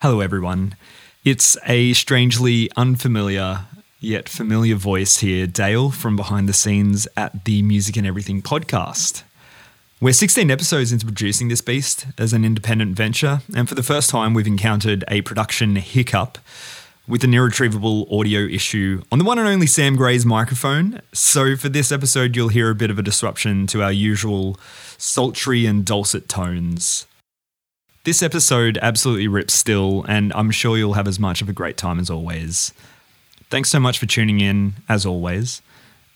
Hello, everyone. It's a strangely unfamiliar yet familiar voice here, Dale, from behind the scenes at the Music and Everything podcast. We're 16 episodes into producing this beast as an independent venture, and for the first time, we've encountered a production hiccup with an irretrievable audio issue on the one and only Sam Gray's microphone. So, for this episode, you'll hear a bit of a disruption to our usual sultry and dulcet tones. This episode absolutely rips still, and I'm sure you'll have as much of a great time as always. Thanks so much for tuning in, as always,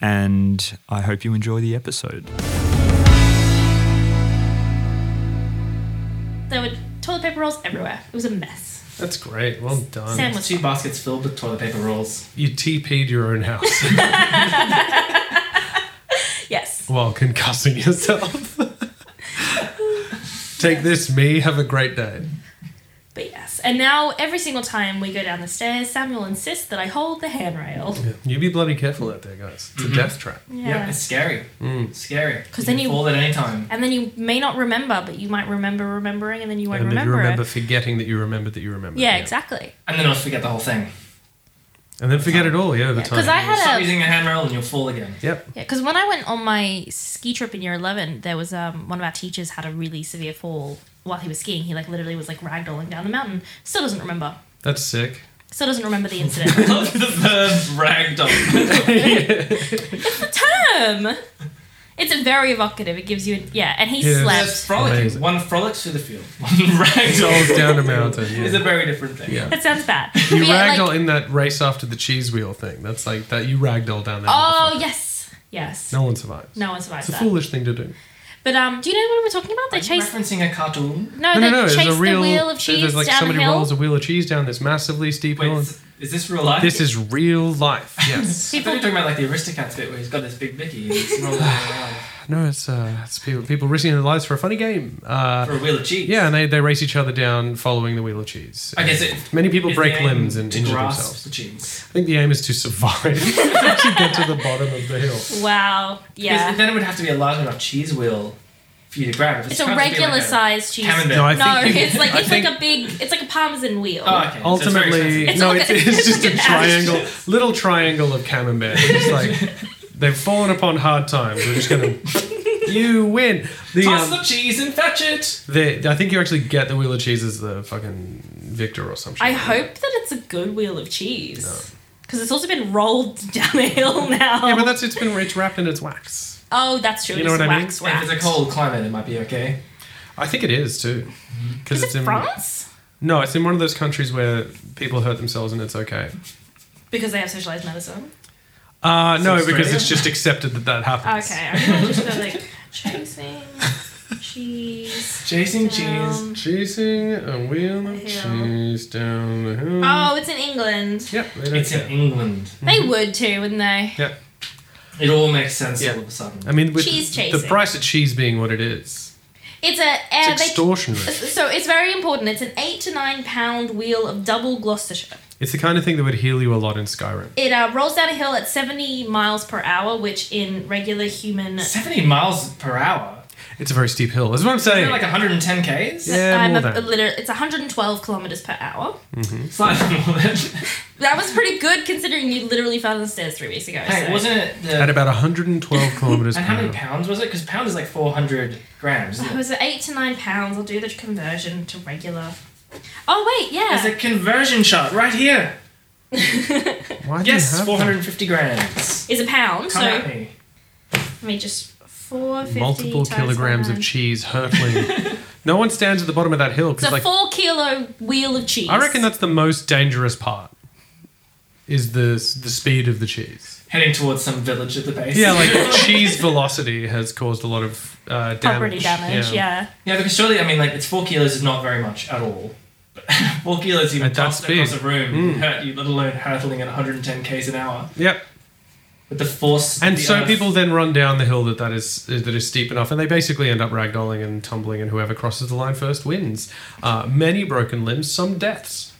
and I hope you enjoy the episode. There were toilet paper rolls everywhere. It was a mess. That's great. Well done. Sam was Two baskets filled with toilet paper rolls. You TP'd your own house yes. while concussing yourself. Take this, me. Have a great day. But yes. And now every single time we go down the stairs, Samuel insists that I hold the handrail. Yeah. You be bloody careful out there, guys. Mm-hmm. It's a death trap. Yeah. It's scary. Mm. It's scary. 'Cause then can you- fall at any time. And then you may not remember, but you might remember remembering, and then you won't and then you remember, remember it. forgetting that you remembered that you remembered. Yeah, exactly. And then I'll forget the whole thing. And then forget it all. Yeah, over Yeah, time. 'cause I had- Stop Yeah. using the handrail and you'll fall again. Yep. Yeah, because when I went on my ski trip in year eleven, there was um, one of our teachers had a really severe fall while he was skiing. He like literally was like ragdolling down the mountain. Still doesn't remember. That's sick. Still doesn't remember the incident. Love the verb ragdoll. Term. It's very evocative. It gives you yeah, and he Yeah. slept. There's frolicking. Amazing. One frolics through the field. One ragdolls Rolls down a mountain. Yeah. It's a very different thing. Yeah. That sounds bad. You But yeah, like- ragdoll in that race after the cheese wheel thing. That's like that. You ragdoll down there. Oh yes, yes. No one survives. No one survives It's a that. foolish thing to do. But um, do you know what we're talking about? They chase. Referencing a cartoon. No, No, Oh, they no, no. chase There's a real. the wheel of there's- cheese there's like down somebody the hill. rolls a wheel of cheese down this massively steep Wait, hill. is is this real life? This is real life. Yes. I thought you were talking about like the Aristocats bit where he's got this big Mickey and he's rolling around no, it's uh, it's people people risking their lives for a funny game. Uh, for a wheel of cheese. yeah, and they, they race each other down following the wheel of cheese. I guess it. Many people is break the aim limbs and to injure grasp themselves. The cheese. I think the aim is to survive to get to the bottom of the hill. Wow. Yeah. Yeah. Then it would have to be a large enough cheese wheel for you to grab. If It's a can't just be regular like a- sized cheese. Camembert. No, I No, think it's like I it's think like a big. It's like a parmesan wheel. Oh, okay. ultimately It's no, like it's, a- it's just a it's triangle, little triangle of camembert. It's like they've fallen upon hard times. We're just gonna. You win. The, Toss um, the cheese and fetch it. The, I think you actually get the wheel of cheese as the fucking victor or something. I hope that it's a good wheel of cheese. Because it's also been rolled down the hill now. Yeah, but that's it's been it's wrapped in its wax. oh, that's true. You know it's what I mean? wax, If wax. it's a cold climate, it might be okay. I think it is too, because Is it in France? no, it's in one of those countries where people hurt themselves and it's okay. Because they have socialized medicine. Uh, no, because Australia? it's just accepted that that happens. Okay, I'm gonna just go like chasing cheese. Chasing cheese. down. Chasing a wheel of Hill. cheese down the hill. Oh, it's in England. Yep, they don't It's in care. England. They would too, wouldn't they? Yep. It all makes sense Yeah. all of a sudden. I mean, with Cheese the chasing. price of cheese being what it is, It's a it's uh, they, extortionary. so it's very important. It's an eight to nine pound wheel of double Gloucestershire. it's the kind of thing that would heal you a lot in Skyrim. It uh, rolls down a hill at seventy miles per hour, which in regular human, Seventy miles per hour. It's a very steep hill. That's what I'm saying. Isn't it like 110 k's? Yeah. I'm more a, than. a liter- it's one hundred and twelve kilometers per hour. Slightly more than. That was pretty good considering you literally fell down the stairs three weeks ago. Hey, so- wasn't it the? At about 112 kilometers per and how many hour. pounds was it? Because pound is like 400 grams. It Isn't it? was eight to nine pounds. I'll do the conversion to regular. Oh wait, yeah. There's a conversion chart right here. Why do you Yes, have that? 450 grams. is a pound. Come so at me. let me just four fifty multiple times kilograms of nine. cheese hurtling. no one stands at the bottom of that hill It's a because, like, four kilo wheel of cheese. I reckon that's the most dangerous part. Is the the speed of the cheese? Heading towards some village at the base. Yeah, like the cheese velocity has caused a lot of uh, damage. property damage. Yeah. Yeah, because surely, I mean, like, it's four kilos is not very much at all. But four kilos even At that tossed across a speed. room would hurt you, let alone hurtling at 110 k's an hour. Yep. With the force. of And the so earth- people then run down the hill that that is that is steep enough, and they basically end up ragdolling and tumbling, and whoever crosses the line first wins. Uh, many broken limbs, some deaths.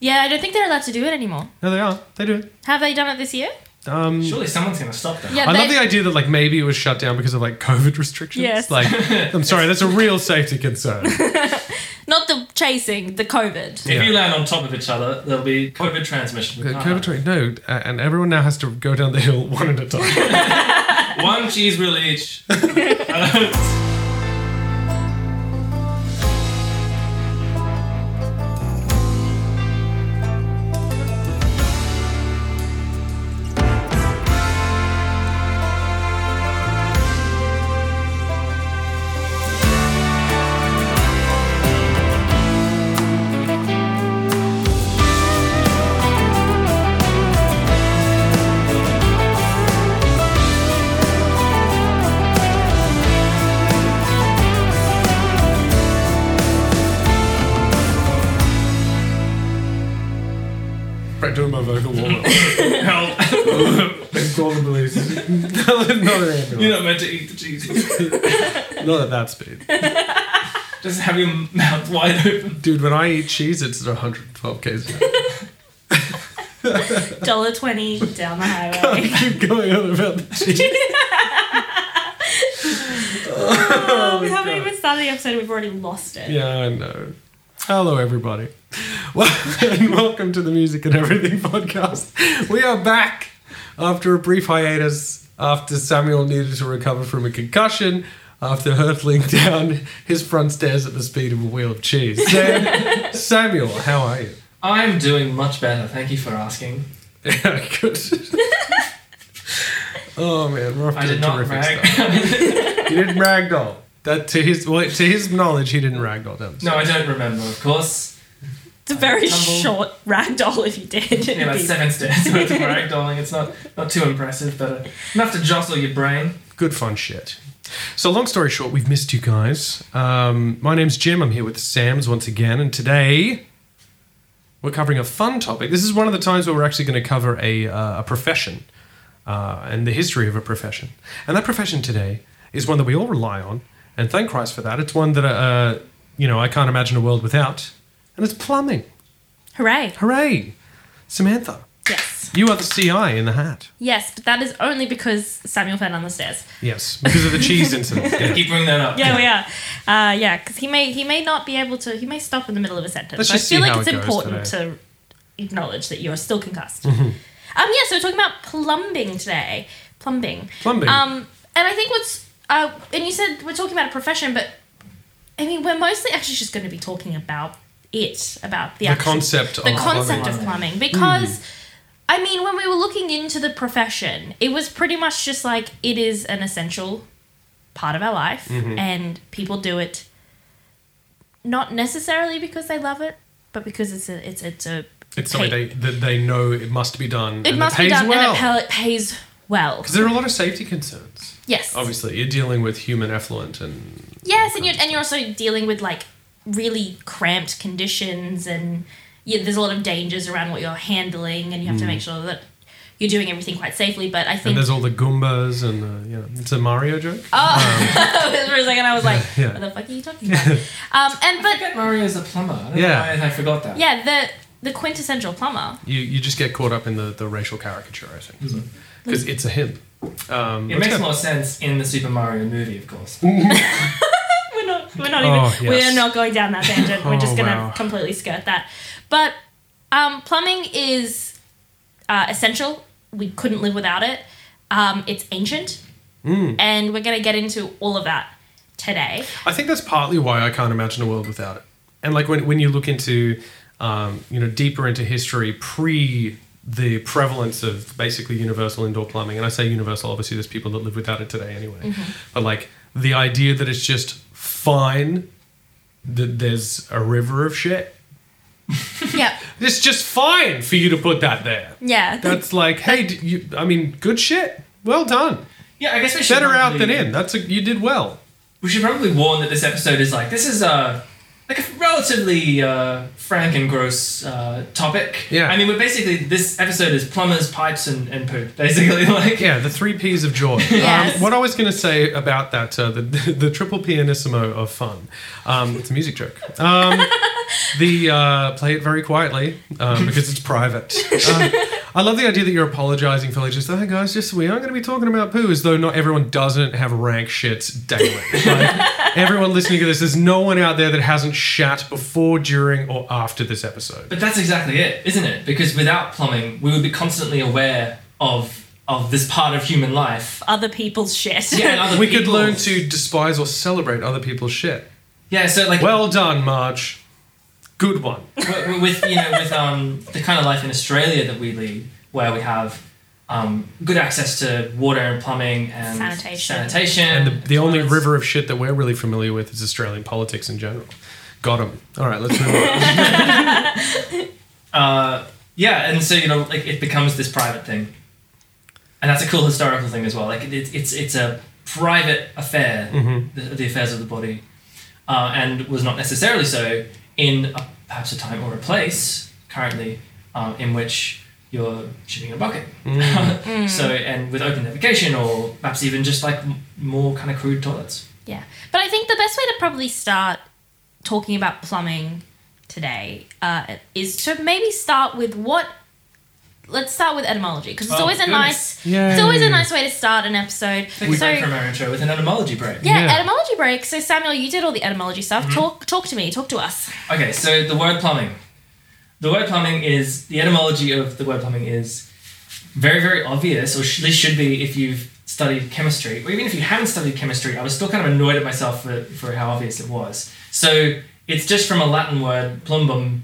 Yeah, I don't think they're allowed to do it anymore. No, they are. They do. Have they done it this year? Um, Surely someone's going to stop them. Yeah, I love they- the idea that like maybe it was shut down because of like COVID restrictions. Yes. Like, I'm sorry, that's a real safety concern. Not the chasing, the COVID. If Yeah. you land on top of each other, there'll be COVID transmission. The Ah. COVID train, no, a- and everyone now has to go down the hill one at a time. One cheese wheel each. Back to my vocal warm up. Help. Call the police. not an ambulance. You're not meant to eat the cheese. Not at that speed. Just have your mouth wide open. Dude, when I eat cheese, it's at 112 k's an hour. Dollar twenty down the highway. Keep going on about the cheese. oh, we haven't even started the episode. We've already lost it. Yeah, I know. Hello, everybody. Well, and welcome to the Music and Everything podcast. We are back after a brief hiatus, after Samuel needed to recover from a concussion, after hurtling down his front stairs at the speed of a wheel of cheese. Sam, Samuel, how are you? I'm doing much better. Thank you for asking. Yeah, good. oh man, we're off to I a did not terrific brag. start. He didn't ragdoll. That to his well, to his knowledge, he didn't ragdoll them. no, I don't remember, of course. It's a very Tumble. short ragdoll if you did. You know, like seven stairs worth of ragdolling. It's not, not too impressive, but uh, enough to jostle your brain. good fun shit. So, long story short, we've missed you guys. Um, my name's Jim. I'm here with Sam's once again, and today we're covering a fun topic. This is one of the times where we're actually going to cover a, uh, a profession uh, and the history of a profession. And that profession today is one that we all rely on, and thank Christ for that. It's one that uh, you know I can't imagine a world without, and it's plumbing. Hooray. Hooray, Samantha! Yes. You are the CI in the hat. Yes, but that is only because Samuel fell down the stairs. Yes, because of the cheese incident. Yeah. Keep bringing that up. Yeah, we are. Uh, yeah, because he may he may not be able to. He may stop in the middle of a sentence. Let's So I just feel see like how it's it goes important to acknowledge that you're still concussed. Um, Mm-hmm. yeah, so we're talking about plumbing today. Plumbing. Plumbing. Um, and I think what's uh, and you said we're talking about a profession, but I mean we're mostly actually just going to be talking about it, about the, The actual- concept the of concept plumbing. of plumbing, because. Mm-hmm. I mean, when we were looking into the profession, it was pretty much just like it is an essential part of our life, Mm-hmm. and people do it not necessarily because they love it, but because it's a it's it's a It's pay- something they, that they know it must be done. it and must it pays be done well. and it, pay, it pays well. 'Cause there are a lot of safety concerns. Yes, Obviously, you're dealing with human effluent and yes, and you're and you're also dealing with like really cramped conditions, and yeah, there's a lot of dangers around what you're handling, and you have to make sure that you're doing everything quite safely. But I Mm. and think there's all the goombas and the, you know it's a Mario joke. Uh, Oh, for a second I was like, Yeah. what the fuck are you talking about? um, and I but forget Mario's a plumber. I don't Yeah. know why I forgot that. yeah, the the quintessential plumber. You you just get caught up in the, the racial caricature, I think, because it's a him. Um, It let's makes go- more sense in the Super Mario movie, of course. We're not we're not Oh, even yes. we're not going down that tangent. we're just Oh, gonna wow. completely skirt that. But um, plumbing is uh, essential. We couldn't live without it. Um, it's ancient, Hmm. and we're gonna get into all of that today. I think that's partly why I can't imagine a world without it. And like when, when you look into, um, you know, deeper into history pre the prevalence of basically universal indoor plumbing, and I say universal, obviously there's people that live without it today anyway. But like the idea that it's just fine that there's a river of shit. yeah, It's just fine for you to put that there. yeah. That's like, hey, d you, I mean, good shit. Well done. Yeah, I guess we should. Better out probably- uh, than in. That's a, you did well. We should probably warn that this episode is like this is a like a relatively uh, frank and gross uh, topic. Yeah. I mean, we're basically this episode is plumbers, pipes, and, and poop. Basically, like Yeah, the three P's of joy. Yes. um, what I was going to say about that, uh, the, the triple pianissimo of fun. Um, it's a music joke. Um, the uh, play it very quietly um, because it's private. Um, I love the idea that you're apologizing for like just hey guys, just we are going to be talking about poo as though not everyone doesn't have rank shits daily. Like, everyone listening to this, there's no one out there that hasn't shat before, during, or after this episode. But that's exactly it, isn't it? Because without plumbing, we would be constantly aware of of this part of human life. Other people's shit. Yeah, and other We could people's- learn to despise or celebrate other people's shit. Yeah, so like Well done, Marge. Good one. w- with you know with um the kind of life in Australia that we lead, where we have um, good access to water and plumbing and Sanitation. sanitation, And the, the only toilets. river of shit that we're really familiar with is Australian politics in general. Got him. All right, let's move on. uh, yeah, and so you know, like it becomes this private thing, and that's a cool historical thing as well. Like it, it, it's it's a private affair, the, the affairs of the body, uh, and was not necessarily so in a, perhaps a time or a place currently um, in which you're shipping a bucket. so and with open navigation or perhaps even just like m- more kind of crude toilets. Yeah. But I think the best way to probably start talking about plumbing today uh, is to maybe start with what. Let's start with etymology because it's Oh, always a goodness. nice. It's always Yay. a nice way to start an episode. Take a so break from our intro with an etymology break. yeah, Yeah. etymology break. So Samuel, you did all the etymology stuff. Mm-hmm. Talk, talk to me. Talk to us. Okay, so the word plumbing. The word plumbing is the etymology of the word plumbing is very very obvious, or sh- this should be if you've studied chemistry, or even if you haven't studied chemistry. I was still kind of annoyed at myself for, for how obvious it was. So it's just from a Latin word plumbum,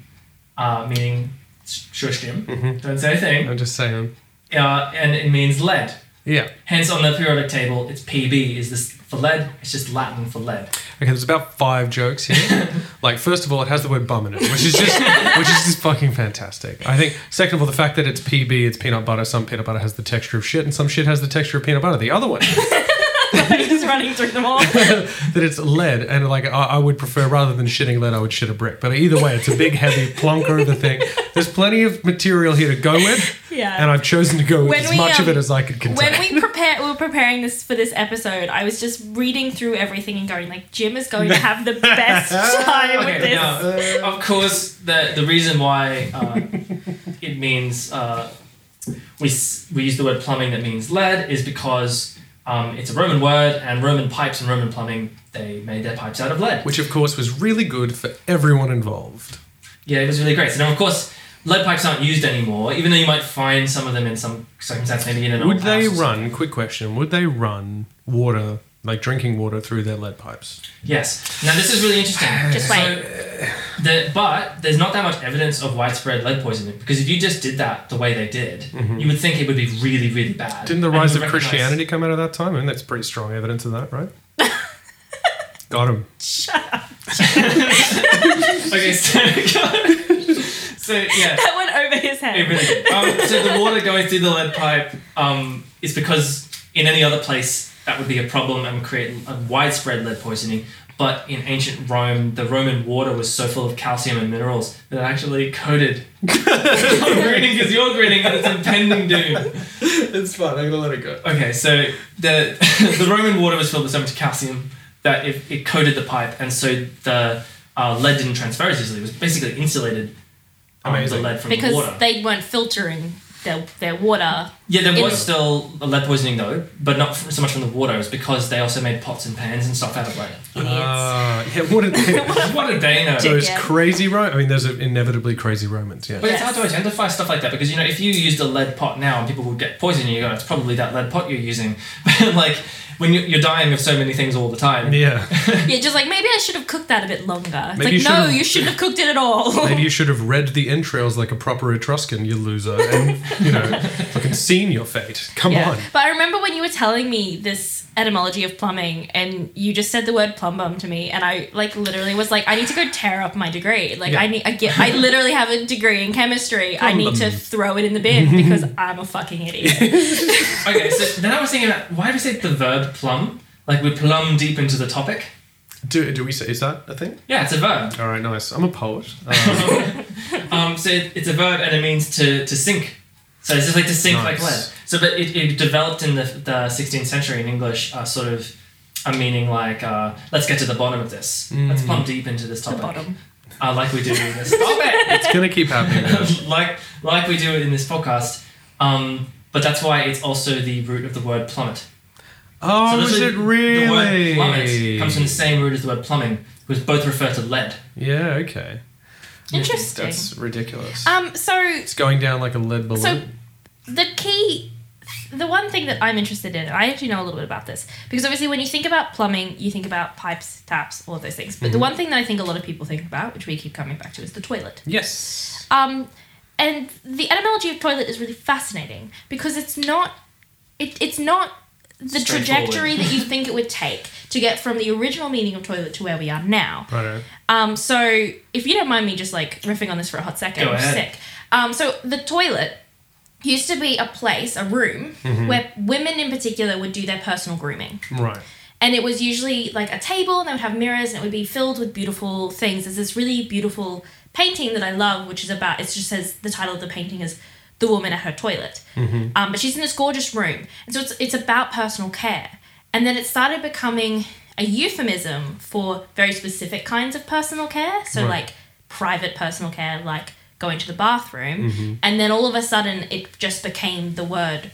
uh, meaning shustim. Don't say a thing. I'm just saying. Uh, and it means lead. Yeah. Hence, on the periodic table, it's PB is this for lead. It's just Latin for lead. Okay, there's about five jokes here. like, first of all, it has the word bum in it, which is just which is just fucking fantastic. I think. Second of all, the fact that it's PB, it's peanut butter. Some peanut butter has the texture of shit, and some shit has the texture of peanut butter. The other one He's running through them all. that it's lead, and like I, I would prefer rather than shitting lead, I would shit a brick. But either way, it's a big heavy plonker of the thing. There's plenty of material here to go with, Yeah. and I've chosen to go with When as we, much of um, it as I could contain. when we prepare we were preparing this for this episode i was just reading through everything and going like jim is going to have the best time with Okay, this now, of course, the the reason why uh, it means uh, we s- we use the word plumbing that means lead is because um, it's a Roman word, and Roman pipes and Roman plumbing they made their pipes out of lead. which of course was really good for everyone involved. Yeah, it was really great. So now, of course, lead pipes aren't used anymore, even though you might find some of them in some circumstance, maybe in an old Would they house or something. run? Quick question. Would they run water, like drinking water, through their lead pipes? Yes. Now this is really interesting. Just wait. So, the, but there's not that much evidence of widespread lead poisoning because if you just did that the way they did, you would think it would be really, really bad. Mm-hmm. Didn't the And you rise of recognize- Christianity come out of that time? I mean, that's pretty strong evidence of that, right? Got him. Okay, so, so yeah, that went over his it head really did. Um, so the water going through the lead pipe um, is because in any other place that would be a problem and create a widespread lead poisoning. But in ancient Rome, the Roman water was so full of calcium and minerals that it actually coated. I'm grinning because you're grinning at its impending doom. It's fine. I'm gonna let it go. Okay, so the the Roman water was filled with so much calcium that it, it coated the pipe, and so the uh, lead didn't transfer as easily. It was basically insulated um, the Amazing. lead from because the water. they weren't filtering their, their water yeah, there it- was still a lead poisoning though, but not f so much from the water. It's because they also made pots and pans and stuff out of lead. idiots Ah, yeah. What a thing. what did they know? so it's Yeah. crazy, right? I mean, there's inevitably crazy Romans. Yeah. But it's hard to identify stuff like that because you know if you used a lead pot now and people would get poisoned, you go, it's probably that lead pot you're using. like when you, you're dying of so many things all the time, Yeah. yeah just like maybe i should have cooked that a bit longer it's Maybe you like no should've- you shouldn't have cooked it at all Maybe you should have read the entrails like a proper Etruscan, you loser, and you know, fucking seen your fate. Come yeah. on. But I remember when you were telling me this etymology of plumbing and you just said the word plumbum to me and I like literally was like I need to go tear up my degree. Like Yeah. I need I get I literally have a degree in chemistry. I need to throw it in the bin because I'm a fucking idiot. Okay, so then I was thinking about why do we say the verb plumb? Like we plumb deep into the topic. Do, do we say is that a thing? Yeah, it's a verb. All right, nice. I'm a poet. Uh, Um, so it, it's a verb and it means to, to sink. So it's just like to sink like Nice. lead. So, but it, it developed in the, the 16th century in English, uh, sort of a meaning like uh, let's get to the bottom of this. Let's plumb Mm. deep into this topic. bottom. Uh, like we do in this. Stop it! it's gonna keep happening. like like we do in this podcast. Um, but that's why it's also the root of the word plummet. Oh, is literally, it really? The word plummet comes from the same root as the word plumbing, which both refer to lead. yeah, okay. Interesting. That's ridiculous. Um, so it's going down like a lead balloon. So the key, the one thing that I'm interested in, I actually know a little bit about this because obviously when you think about plumbing, you think about pipes, taps, all of those things. But the one thing that I think a lot of people think about, which we keep coming back to, is the toilet. yes. Um, and the etymology of toilet is really fascinating because it's not, it, it's not the Straightforward. trajectory that you think it would take to get from the original meaning of toilet to where we are now. Righto. Um, so if you don't mind me just like riffing on this for a hot second, Go I'm ahead. sick. Um, so the toilet used to be a place, a room Mm-hmm. where women in particular would do their personal grooming. Right. And it was usually like a table and they would have mirrors and it would be filled with beautiful things. There's this really beautiful painting that I love, which is about, it just says, the title of the painting is The Woman at Her Toilet. Um, but she's in this gorgeous room. And so it's, it's about personal care. And then it started becoming a euphemism for very specific kinds of personal care. So Right. like private personal care, like going to the bathroom. And then all of a sudden it just became the word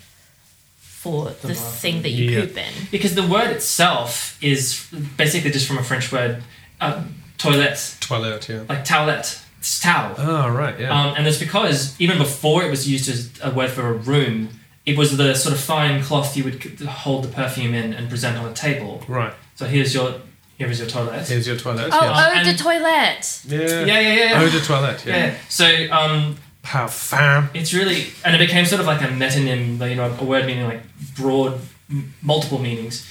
for the, bathroom. thing that you Yeah. poop in. Because the word itself is basically just from a French word, uh, toilet, Toilet, Um, yeah. like toilet, it's towel. Oh, right, yeah. Um, and that's because even before it was used as a word for a room, it was the sort of fine cloth you would c- hold the perfume in and present on a table. right. So here's your here is your toilet. Here's your toilet. Oh, yeah. oh, the And- toilet. yeah. yeah, yeah, yeah, yeah. Oh, the toilet, yeah. yeah. So um, How fam. it's really and it became sort of like a metonym, like, you know, a word meaning like broad, m- multiple meanings,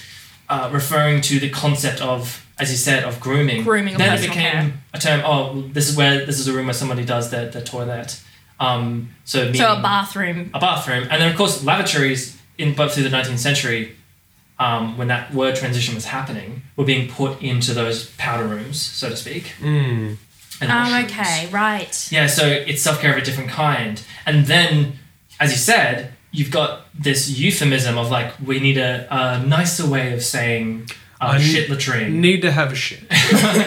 uh, referring to the concept of, as you said, of grooming. Grooming or Then it personal became care. a term. Oh, well, this is where this is a room where somebody does their, their toilet. Um, so meaning, So a bathroom. a bathroom, and then of course lavatories in both through the 19th century, um, when that word transition was happening, were being put into those powder rooms, so to speak. Mm. and Oh, washrooms. okay, right. Yeah, so it's self care of a different kind, and then, as you said, you've got this euphemism of like we need a, a nicer way of saying uh, I need- shit latrine, Need to have a shit.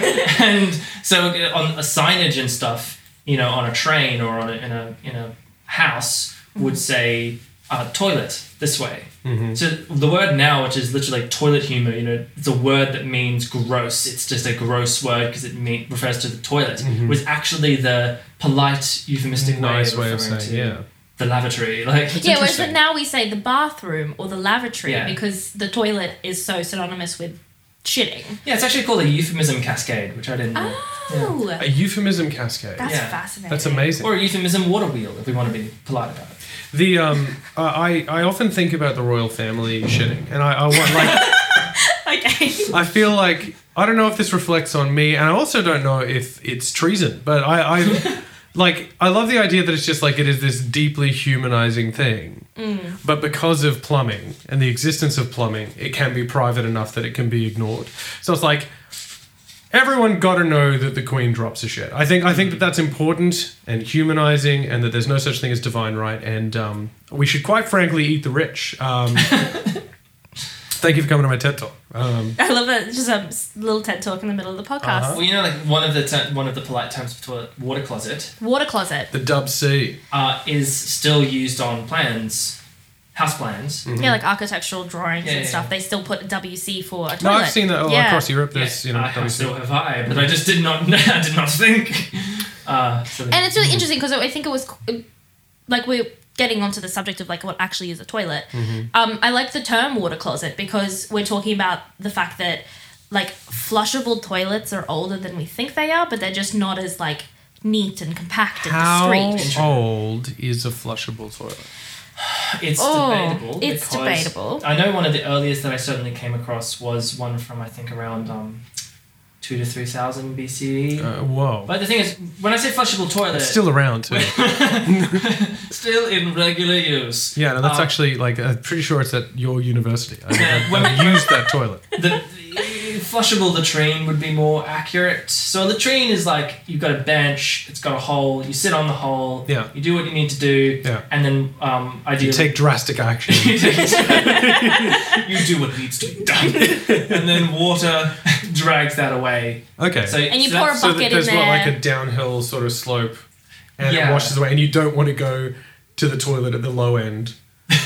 and so on a signage and stuff, you know, on a train or on a, in a in a house would say uh, toilet this way. Mm-hmm. So the word now, which is literally like toilet humor, you know, it's a word that means gross. It's just a gross word because it mean, refers to the toilet. Was actually the polite euphemistic Mm-hmm. nice way, way of referring saying, to yeah. the lavatory. Like it's Yeah, whereas interesting. now we say the bathroom or the lavatory Yeah. because the toilet is so synonymous with shitting. yeah, it's actually called a euphemism cascade, which I didn't. know. Oh, A euphemism cascade. that's Yeah. fascinating. That's amazing. Or a euphemism water wheel, if we want to be polite about it. The um, I I I often think about the royal family shitting, and I, I want like Okay. I feel like I don't know if this reflects on me, and I also don't know if it's treason, but I I like I love the idea that it's just like it is this deeply humanizing thing, but because of plumbing and the existence of plumbing, it can be private enough that it can be ignored. So it's like. Everyone got to know that the queen drops a shit. I think I think that that's important and humanizing, and that there's no such thing as divine right, and um, we should quite frankly eat the rich. Um, thank you for coming to my TED talk. Um, I love that. Just a s- little TED talk in the middle of the Uh-huh. podcast. Well, you know, like one of the ter- one of the polite terms for toilet, water closet Water closet. the dub C. uh, is still used on plans, house plans. Mm. Yeah, like architectural drawings Mm-hmm. Yeah, and yeah, stuff. yeah. They still put WC for a toilet. No, I've seen that all yeah. across Europe. There's you know I have, WC. so have I, but I just did not. I did not think. Uh, so And it's Mm-hmm. really interesting because I think it was c- like we're getting onto the subject of like what actually is a toilet. Mm-hmm. Um, I like the term water closet because we're talking about the fact that like flushable toilets are older than we think they are, but they're just not as like neat and compact and How discreet. old is a flushable toilet? it's Oh, debatable. it's because debatable. I know one of the earliest that I certainly came across was one from I think around um, two to three thousand BCE. Uh, whoa, but the thing is, when I say flushable toilet, it's still around too. still in regular use. Yeah, no, that's Um, actually like I'm pretty sure it's at your university. I, Yeah, I, I used that toilet. the the flushable latrine would be more accurate. So a latrine is like you've got a bench, it's got a hole, you sit on the hole, Yeah. you do what you need to do, Yeah. and then um, ideally You take drastic action. you take- you do what needs to be done, and then water drags that away. Okay. So And you so pour that's- a so bucket that there's in not there. like a downhill sort of slope and Yeah. it washes away and you don't want to go to the toilet at the low end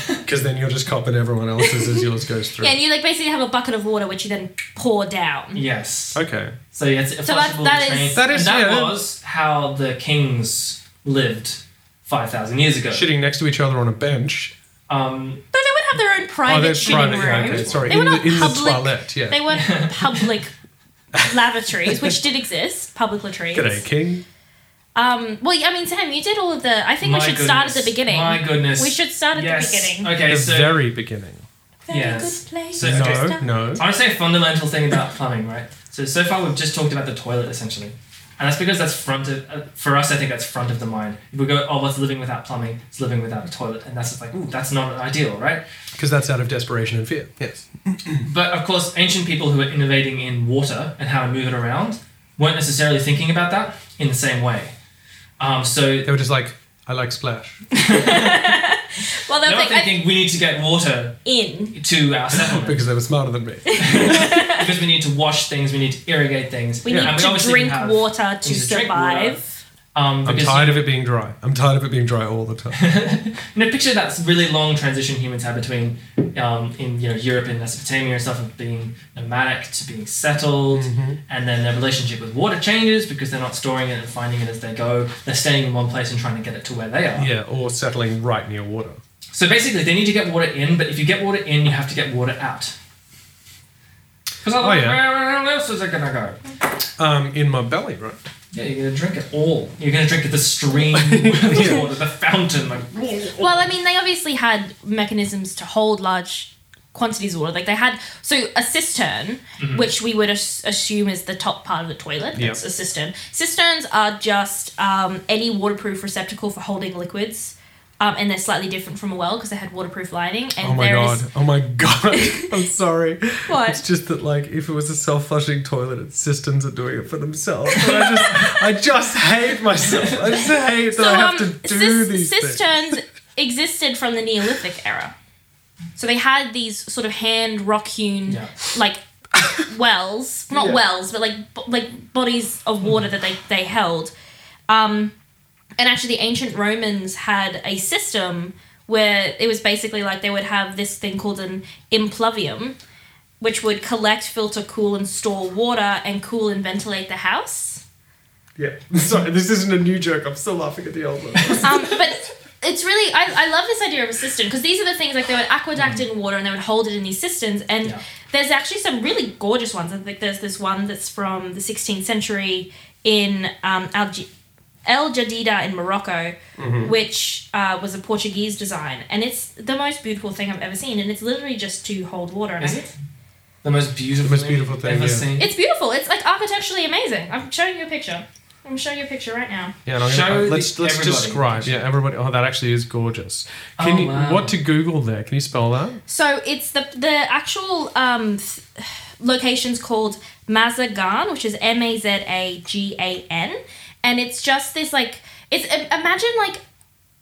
because then you're just copping everyone else's as yours goes through. Yeah, and you like basically have a bucket of water which you then pour down. Yes. okay. So yeah, it's a So that- flexible that train. is- That is- and that yeah. was how the kings lived five thousand years ago. Shitting next to each other on a bench. Um, No, they would have their own private that's shitting Oh, private, room. okay, sorry, They in were the- not in the public. toilet, yeah. They weren't public lavatories, which did exist, public latrines. G'day, King. Um, well, I mean, Sam, you did all of the. I think my we should goodness. start at the beginning. My goodness. We should start at Yes. the beginning. Okay, The so very beginning. Very Yes. good place. So- to No, start. no. I want to say a fundamental thing about plumbing, right? So so far we've just talked about the toilet essentially, and that's because that's front of uh, for us. I think that's front of the mind. If we go, oh, what's living without plumbing? It's living without a toilet, and that's just like, ooh, that's not ideal, right? Because that's out of desperation and fear. Yes. But of course, ancient people who were innovating in water and how to move it around weren't necessarily thinking about that in the same way. Um, so They were just like, I like splash. Well, they they're were like I- thinking we need to get water in. to our settlement Because they were smarter than me. because we need to wash things, we need to irrigate things. We Yeah. need And to obviously drink have- water to we need to drink water. survive. Um, I'm because tired of it being dry. I'm tired of it being dry all the time. You know, picture that really long transition humans had between um, in you know Europe and Mesopotamia and stuff of being nomadic to being settled, Mm-hmm. and then their relationship with water changes because they're not storing it and finding it as they go. They're staying in one place and trying to get it to where they are. yeah, or settling right near water. So basically, they need to get water in, but if you get water in, you have to get water out. Because Oh, otherwise, yeah. where else is it gonna go? Um, in my belly, right? Yeah, you're gonna drink it all. You're gonna drink it the stream, the water, the fountain, like. Well, I mean, they obviously had mechanisms to hold large quantities of water. Like they had, so a cistern, Mm-hmm. which we would as- assume is the top part of the toilet. Yeah. That's a cistern. Cisterns are just um, any waterproof receptacle for holding liquids. Um, and they're slightly different from a well because they had waterproof lining. And Oh my there god. is- Oh my god. I'm sorry. What? It's just that like if it was a self-flushing toilet, it's systems are doing it for themselves. And I just I just hate myself. I just hate that so I have um, to do cis- these things. cisterns existed from the Neolithic era. So they had these sort of hand rock hewn Yeah. like wells, not Yeah. wells, but like bo- like bodies of water that they they held. Um, and actually, the ancient Romans had a system where it was basically like they would have this thing called an impluvium, which would collect, filter, cool, and store water, and cool and ventilate the house. Yeah. Sorry, this isn't a new joke. I'm still laughing at the old one. Um, but it's really I, I love this idea of a cistern because these are the things like they would aqueduct in water and they would hold it in these cisterns and Mm. Yeah. there's actually some really gorgeous ones. I think there's this one that's from the 16th century in um, Alge- El Jadida in Morocco, Mm-hmm. which uh, was a Portuguese design, and it's the most beautiful thing I've ever seen. And it's literally just to hold water. in Is it? The most beautiful, The most beautiful thing, ever yeah. seen. It's beautiful. It's like architecturally amazing. I'm showing you a picture. I'm showing you a picture right now. Yeah, and I'm Show gonna, the- let's let's everybody. describe. Yeah, everybody. Oh, that actually is gorgeous. Can Oh, you wow. what to Google there? Can you spell that? So it's the the actual um, th- location's called Mazagan, which is M A Z A G A N, and it's just this like it's im- imagine like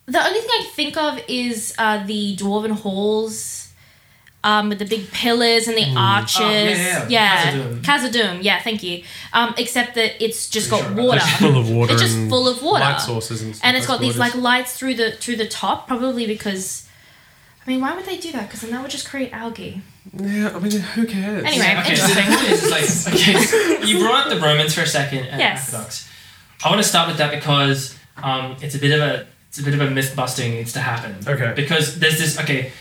the only thing I can think of is uh, the dwarven halls. Um, with the big pillars and the Hmm. arches, Oh, yeah, yeah, yeah. Khazad-dûm. Khazad-dûm, yeah, thank you. Um, except that it's just Pretty got sure about water. It's full of water. It's just and full of water. Light sources and stuff. and it's got That's these like gorgeous. lights through the through the top, probably because, I mean, why would they do that? Because then that would just create algae. Yeah, I mean, who cares? Anyway. Yeah, okay, so the interesting. point is, it's like, okay, so you brought up the Romans for a second and Yes. aqueducts. I want to start with that because um, it's a bit of a it's a bit of a myth busting needs to happen. Okay. Because there's this okay.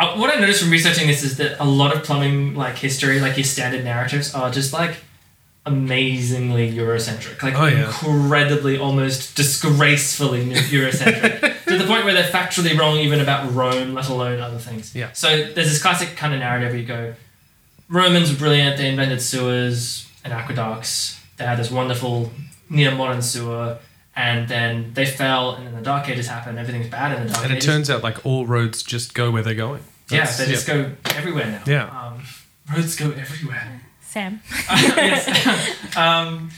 Uh, what I noticed from researching this is that a lot of plumbing like history, like your standard narratives, are just like amazingly Eurocentric, like Oh, yeah. incredibly, almost disgracefully Eurocentric, to the point where they're factually wrong even about Rome, let alone other things. Yeah. So there's this classic kind of narrative where you go, Romans were brilliant. They invented sewers and aqueducts. They had this wonderful near modern sewer, and then they fell, and then the Dark Ages happened. Everything's bad in the Dark And it Ages. turns out like all roads just go where they're going. yeah, That's- they just go everywhere now. Yeah. Um, roads go everywhere. Sam. yes. um,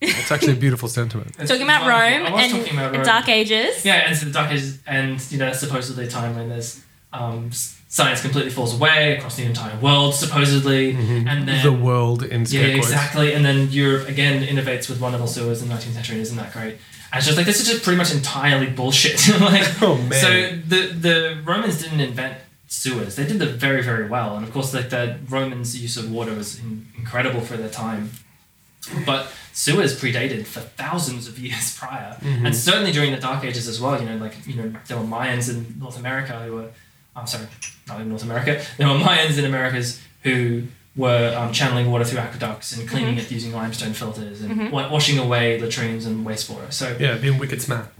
It's actually a beautiful sentiment. it's talking about wonderful. Rome I was and talking about Rome. Dark Ages. Yeah, and so the Dark Ages, and you know, that's supposedly a time when there's um, s- science completely falls away across the entire world, supposedly, and then Mm-hmm. the world in Yeah, scare yeah, exactly. And then Europe again innovates with wonderful sewers in the 19th century, isn't that great? I was just like, this is just pretty much entirely bullshit. like, Oh, man. So the the Romans didn't invent sewers. They did them very very well, and of course, like the Romans' use of water was in, incredible for their time. But sewers predated for thousands of years prior, Mm-hmm. and certainly during the Dark Ages as well. You know, like you know, there were Mayans in North America who were, I'm sorry, not in North America. There were Mayans in Americas who were um, channeling water through aqueducts and cleaning it using limestone filters and wa- washing away latrines and wastewater. So Yeah, being wicked smart.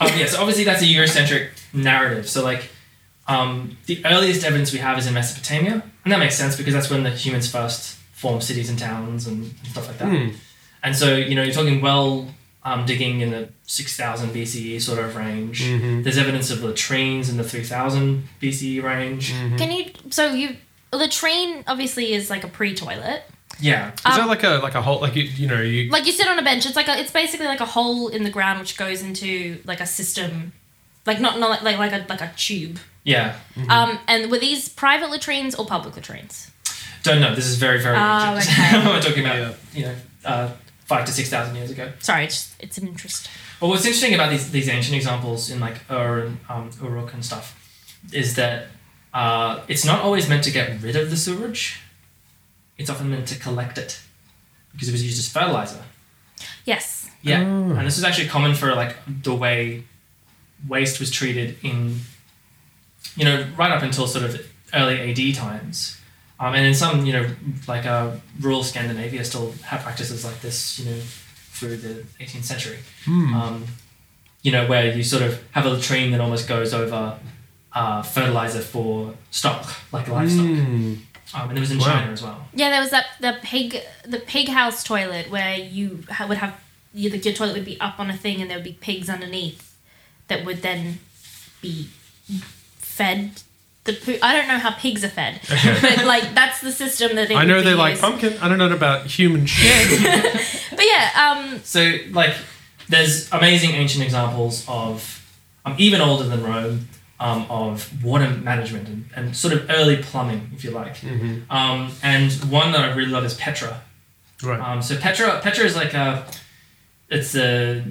um, yeah, so obviously that's a Eurocentric narrative. So like, um, the earliest evidence we have is in Mesopotamia, and that makes sense because that's when the humans first formed cities and towns and, and stuff like that. Hmm. And so you know you're talking well um, digging in the six thousand BCE sort of range. Mhm. There's evidence of latrines in the three thousand BCE range. Can you? So you latrine obviously is like a pre-toilet. Yeah, Is that Um, like a like a whole like you, you know you Like you sit on a bench. It's like a, it's basically like a hole in the ground which goes into like a system, like not not like like, like a like a tube. yeah. Um, and were these private latrines or public latrines? Don't know. This is very very. Oh, ancient. okay. We're talking about Yeah. you know uh, five to six thousand years ago. Sorry, it's just, it's an interest. But what's interesting about these, these ancient examples in like Ur and um, Uruk and stuff is that uh, it's not always meant to get rid of the sewage. It's often meant to collect it because it was used as fertilizer. Yes. Yeah, Ah. and this is actually common for like the way waste was treated in, you know, right up until sort of early AD times, um, and in some you know like uh, rural Scandinavia still had practices like this, you know, through the 18th century. Hmm. Um, you know, where you sort of have a latrine that almost goes over uh, fertilizer for stock, like livestock, Hmm. um, and it was in Wow. China as well. Yeah, there was that the pig the pig house toilet where you ha- would have you, like, your toilet would be up on a thing and there would be pigs underneath that would then be fed the poo. I don't know how pigs are fed, but like that's the system that it I know would be they like used. pumpkin. I don't know about human shit. But yeah, um, So like, there's amazing ancient examples of, um, even older than Rome, um, of water management and, and sort of early plumbing, if you like. Um, and one that I really love is Petra. right. Um, so Petra, Petra is like a, it's a,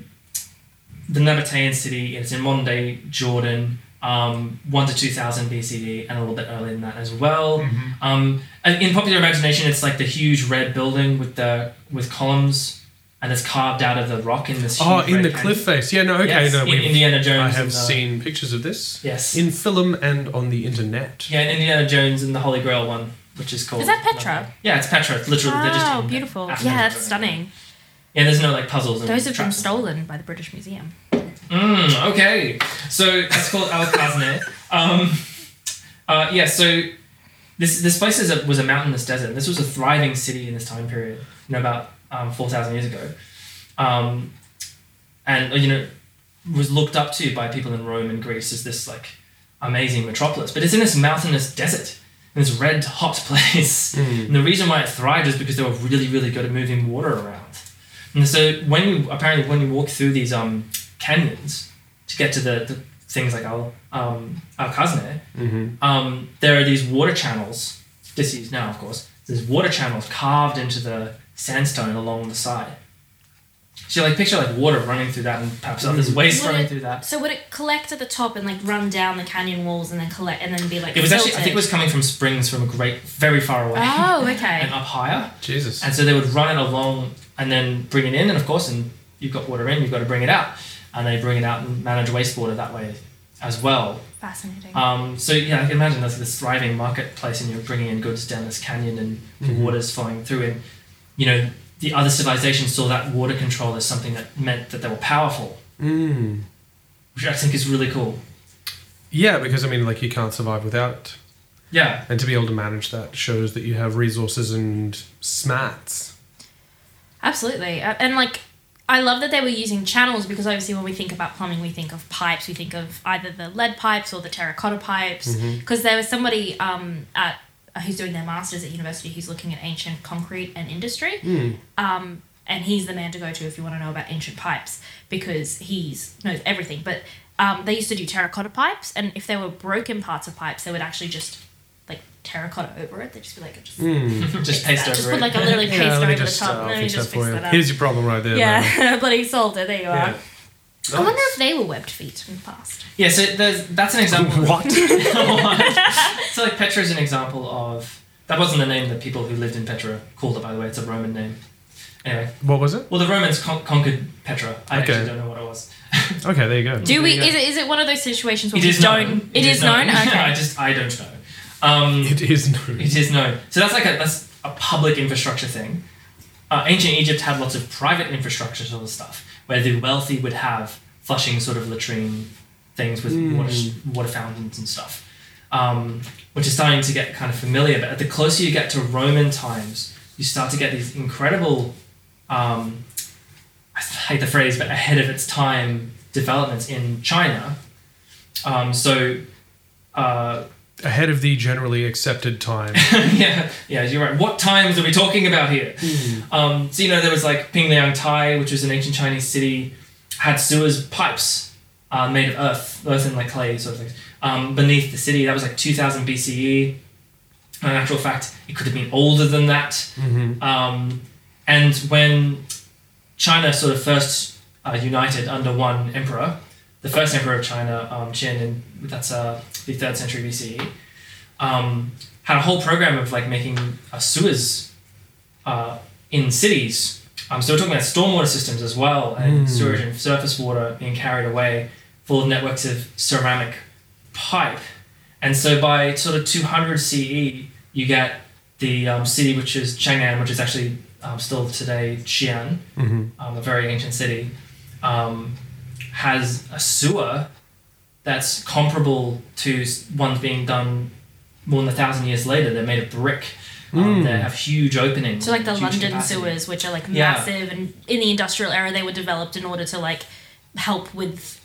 the Nabatean city. It's in modern day Jordan, um, one to two thousand BCE, and a little bit earlier than that as well. Mm-hmm. Um, and in popular imagination, it's like the huge red building with the with columns, and it's carved out of the rock in this. Oh, huge in red the pan- cliff face. Yeah. No. Okay. Yes, no. in we've- Indiana Jones. I and have the- seen pictures of this Yes. in film and on the internet. yeah, in Indiana Jones and the Holy Grail one, which is called. Is that Petra? Yeah, it's Petra. It's literally they're just. wow, in- oh, beautiful. after Yeah, the- that's stunning. Yeah, there's no like puzzles. and Those have been traps and stuff. stolen by the British Museum. Mm, okay. So that's called Alcazne. um, uh, yeah, so this this place is a, was a mountainous desert. This was a thriving city in this time period, you know, about um, 4,000 years ago. Um, and, you know, was looked up to by people in Rome and Greece as this, like, amazing metropolis. But it's in this mountainous desert, in this red hot place. And the reason why it thrived is because they were really, really good at moving water around. And so when you apparently when you walk through these um, canyons to get to the, the things like Al um, Al Khazne, um, there are these water channels. This is now, of course. There's water channels carved into the sandstone along the side. So like picture like water running through that, and perhaps there's waste Would running it- through that. So would it collect at the top and like run down the canyon walls and then collect and then be like? It was actually I think filtered? it was coming from springs from a great very far away Oh, and okay. up higher. Jesus. And so they would run it along and then bring it in, and of course, and you've got water in, you've got to bring it out, and they bring it out and manage wastewater that way as well. Fascinating. Um, so yeah, I can imagine that's this thriving marketplace, and you're bringing in goods down this canyon, and the water's flowing through, and you know the other civilizations saw that water control as something that meant that they were powerful, Mm. which I think is really cool. Yeah, because I mean, like you can't survive without it, Yeah, and to be able to manage that shows that you have resources and smarts. Absolutely. A- And like, I love that they were using channels because obviously when we think about plumbing, we think of pipes. We think of either the lead pipes or the terracotta pipes. Because there was somebody um, at uh, who's doing their masters at university who's looking at ancient concrete and industry. Um, and he's the man to go to if you want to know about ancient pipes because he's knows everything. But um, they used to do terracotta pipes, and if there were broken parts of pipes, they would actually just like terracotta over it. They just be like, just, Just fix paste that. over just it. put like a literally paste yeah, over let me the just top, uh, and then you fix that just for fix you. that up. Here's your problem right there. man. yeah, bloody solved it. There you are. Yeah. I wonder Nice. if they were webbed feet in the past. Yeah, so there's, that's an example. What? So like Petra is an example of that wasn't the name that people who lived in Petra called it. By the way, it's a Roman name. Anyway, What was it? well, the Romans con- conquered Petra. I Okay. actually don't know what it was. Okay, there you go. Do we? Yeah. Is it, is it one of those situations where It we is don't? known. it is, known. I Okay. just I don't know. Um, It is no. It is known. So that's like a that's a public infrastructure thing. Uh, ancient Egypt had lots of private infrastructure sort of stuff where the wealthy would have flushing sort of latrine things with water, water fountains and stuff, um, which is starting to get kind of familiar. But the closer you get to Roman times, you start to get these incredible, um, I hate the phrase, but ahead of its time developments in China. Um, so. Uh, Ahead of the generally accepted time. yeah, yeah, you're right. What times are we talking about here? Um, so you know there was like Pingliang Tai, which was an ancient Chinese city, had sewers pipes uh, made of earth, earth and like clay sort of things um, beneath the city. That was like 2000 BCE. E. In actual fact, it could have been older than that. Um, and when China sort of first uh, united under one emperor, the first emperor of China, um, Qin, and that's uh, the third century BCE, um, had a whole program of like making uh, sewers uh, in cities. Um, so we're talking about stormwater systems as well, and sewage and surface water being carried away, full of networks of ceramic pipe. And so by sort of 200 CE, E, you get the um, city which is Chang'an, which is actually um, still today Xi'an, um, a very ancient city, um, has a sewer that's comparable to s- ones being done more than a thousand years later. They're made of brick. Um, They have huge openings. So like the huge London capacity. sewers, which are like Yeah. massive, and in the industrial era, they were developed in order to like help with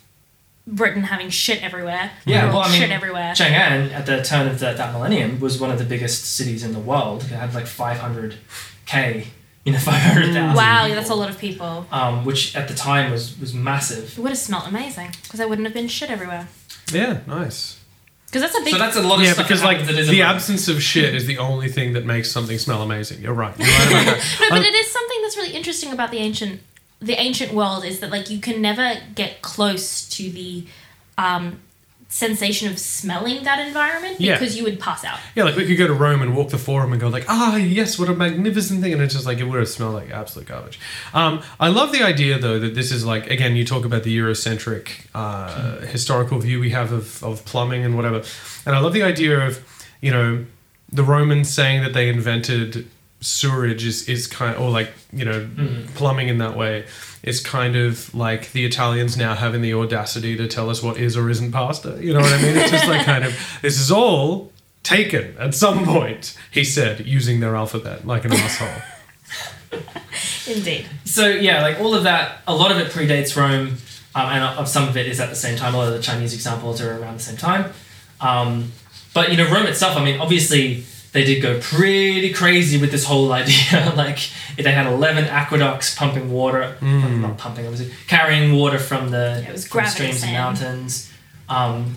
Britain having shit everywhere. Yeah, well, I mean, shit everywhere. Chang'an at the turn of the, that millennium was one of the biggest cities in the world. It had like 500k, you know, 500,000. Mm. Wow, people, that's a lot of people. Um, which at the time was was massive. It would have smelled amazing because there wouldn't have been shit everywhere. yeah, nice. Because that's a big. So that's a lot of Yeah, stuff because that like happens that isn't the right. absence of shit is the only thing that makes something smell amazing. You're right. You're right about that. no, but it is something that's really interesting about the ancient the ancient world is that like you can never get close to the um, sensation of smelling that environment Yeah. because you would pass out. Yeah, like we could go to Rome and walk the Forum and go like, ah, yes, what a magnificent thing, and it's just like it would have smelled like absolute garbage. Um, I love the idea though that this is like again, you talk about the Eurocentric uh, historical view we have of of plumbing and whatever, and I love the idea of you know the Romans saying that they invented sewerage is is kind or like you know plumbing in that way is kind of like the Italians now having the audacity to tell us what is or isn't pasta. You know what I mean? It's just like kind of this is all taken at some point. He said using their alphabet like an asshole. Indeed. So yeah, like all of that, a lot of it predates Rome, um, and uh, some of it is at the same time. A lot of the Chinese examples are around the same time. Um, but you know, Rome itself. I mean, obviously they did go pretty crazy with this whole idea. like they had eleven aqueducts pumping water, not pumping, obviously, carrying water from the Yeah, it was from the gravity streams and sand. mountains. Um,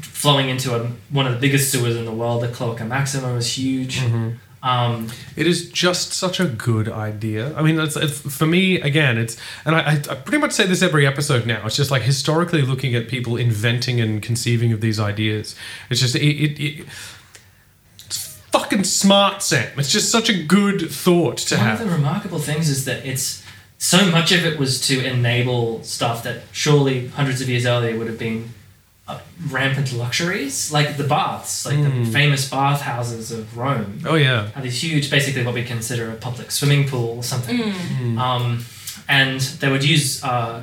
flowing into a, one of the biggest sewers in the world, the Cloaca Maxima was huge. Um, It is just such a good idea. I mean, that's it's, for me again. It's and I, I, I pretty much say this every episode now. It's just like historically looking at people inventing and conceiving of these ideas. It's just it, it, it it's fucking smart, Sam. It's just such a good thought to One of the have. remarkable things is that it's so much of it was to enable stuff that surely hundreds of years earlier would have been uh, rampant luxuries, like the baths, like Hmm. the famous bathhouses of Rome. Oh yeah, Had these huge, basically what we consider a public swimming pool or something. Mm. Um, and they would use uh,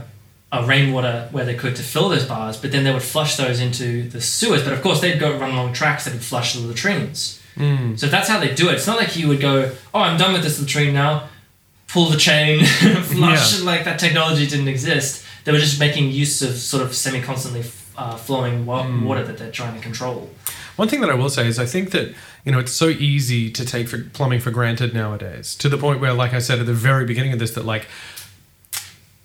uh, rainwater where they could to fill those bars, but then they would flush those into the sewers. But of course, they'd go run along tracks that would flush the latrines. So that's how they do it. It's not like you would go, oh, I'm done with this latrine now, pull the chain, flush. Yeah. Like that technology didn't exist. They were just making use of sort of semi constantly uh, flowing wa- water that they're trying to control. One thing that I will say is I think that you know it's so easy to take for plumbing for granted nowadays to the point where, like I said at the very beginning of this, that like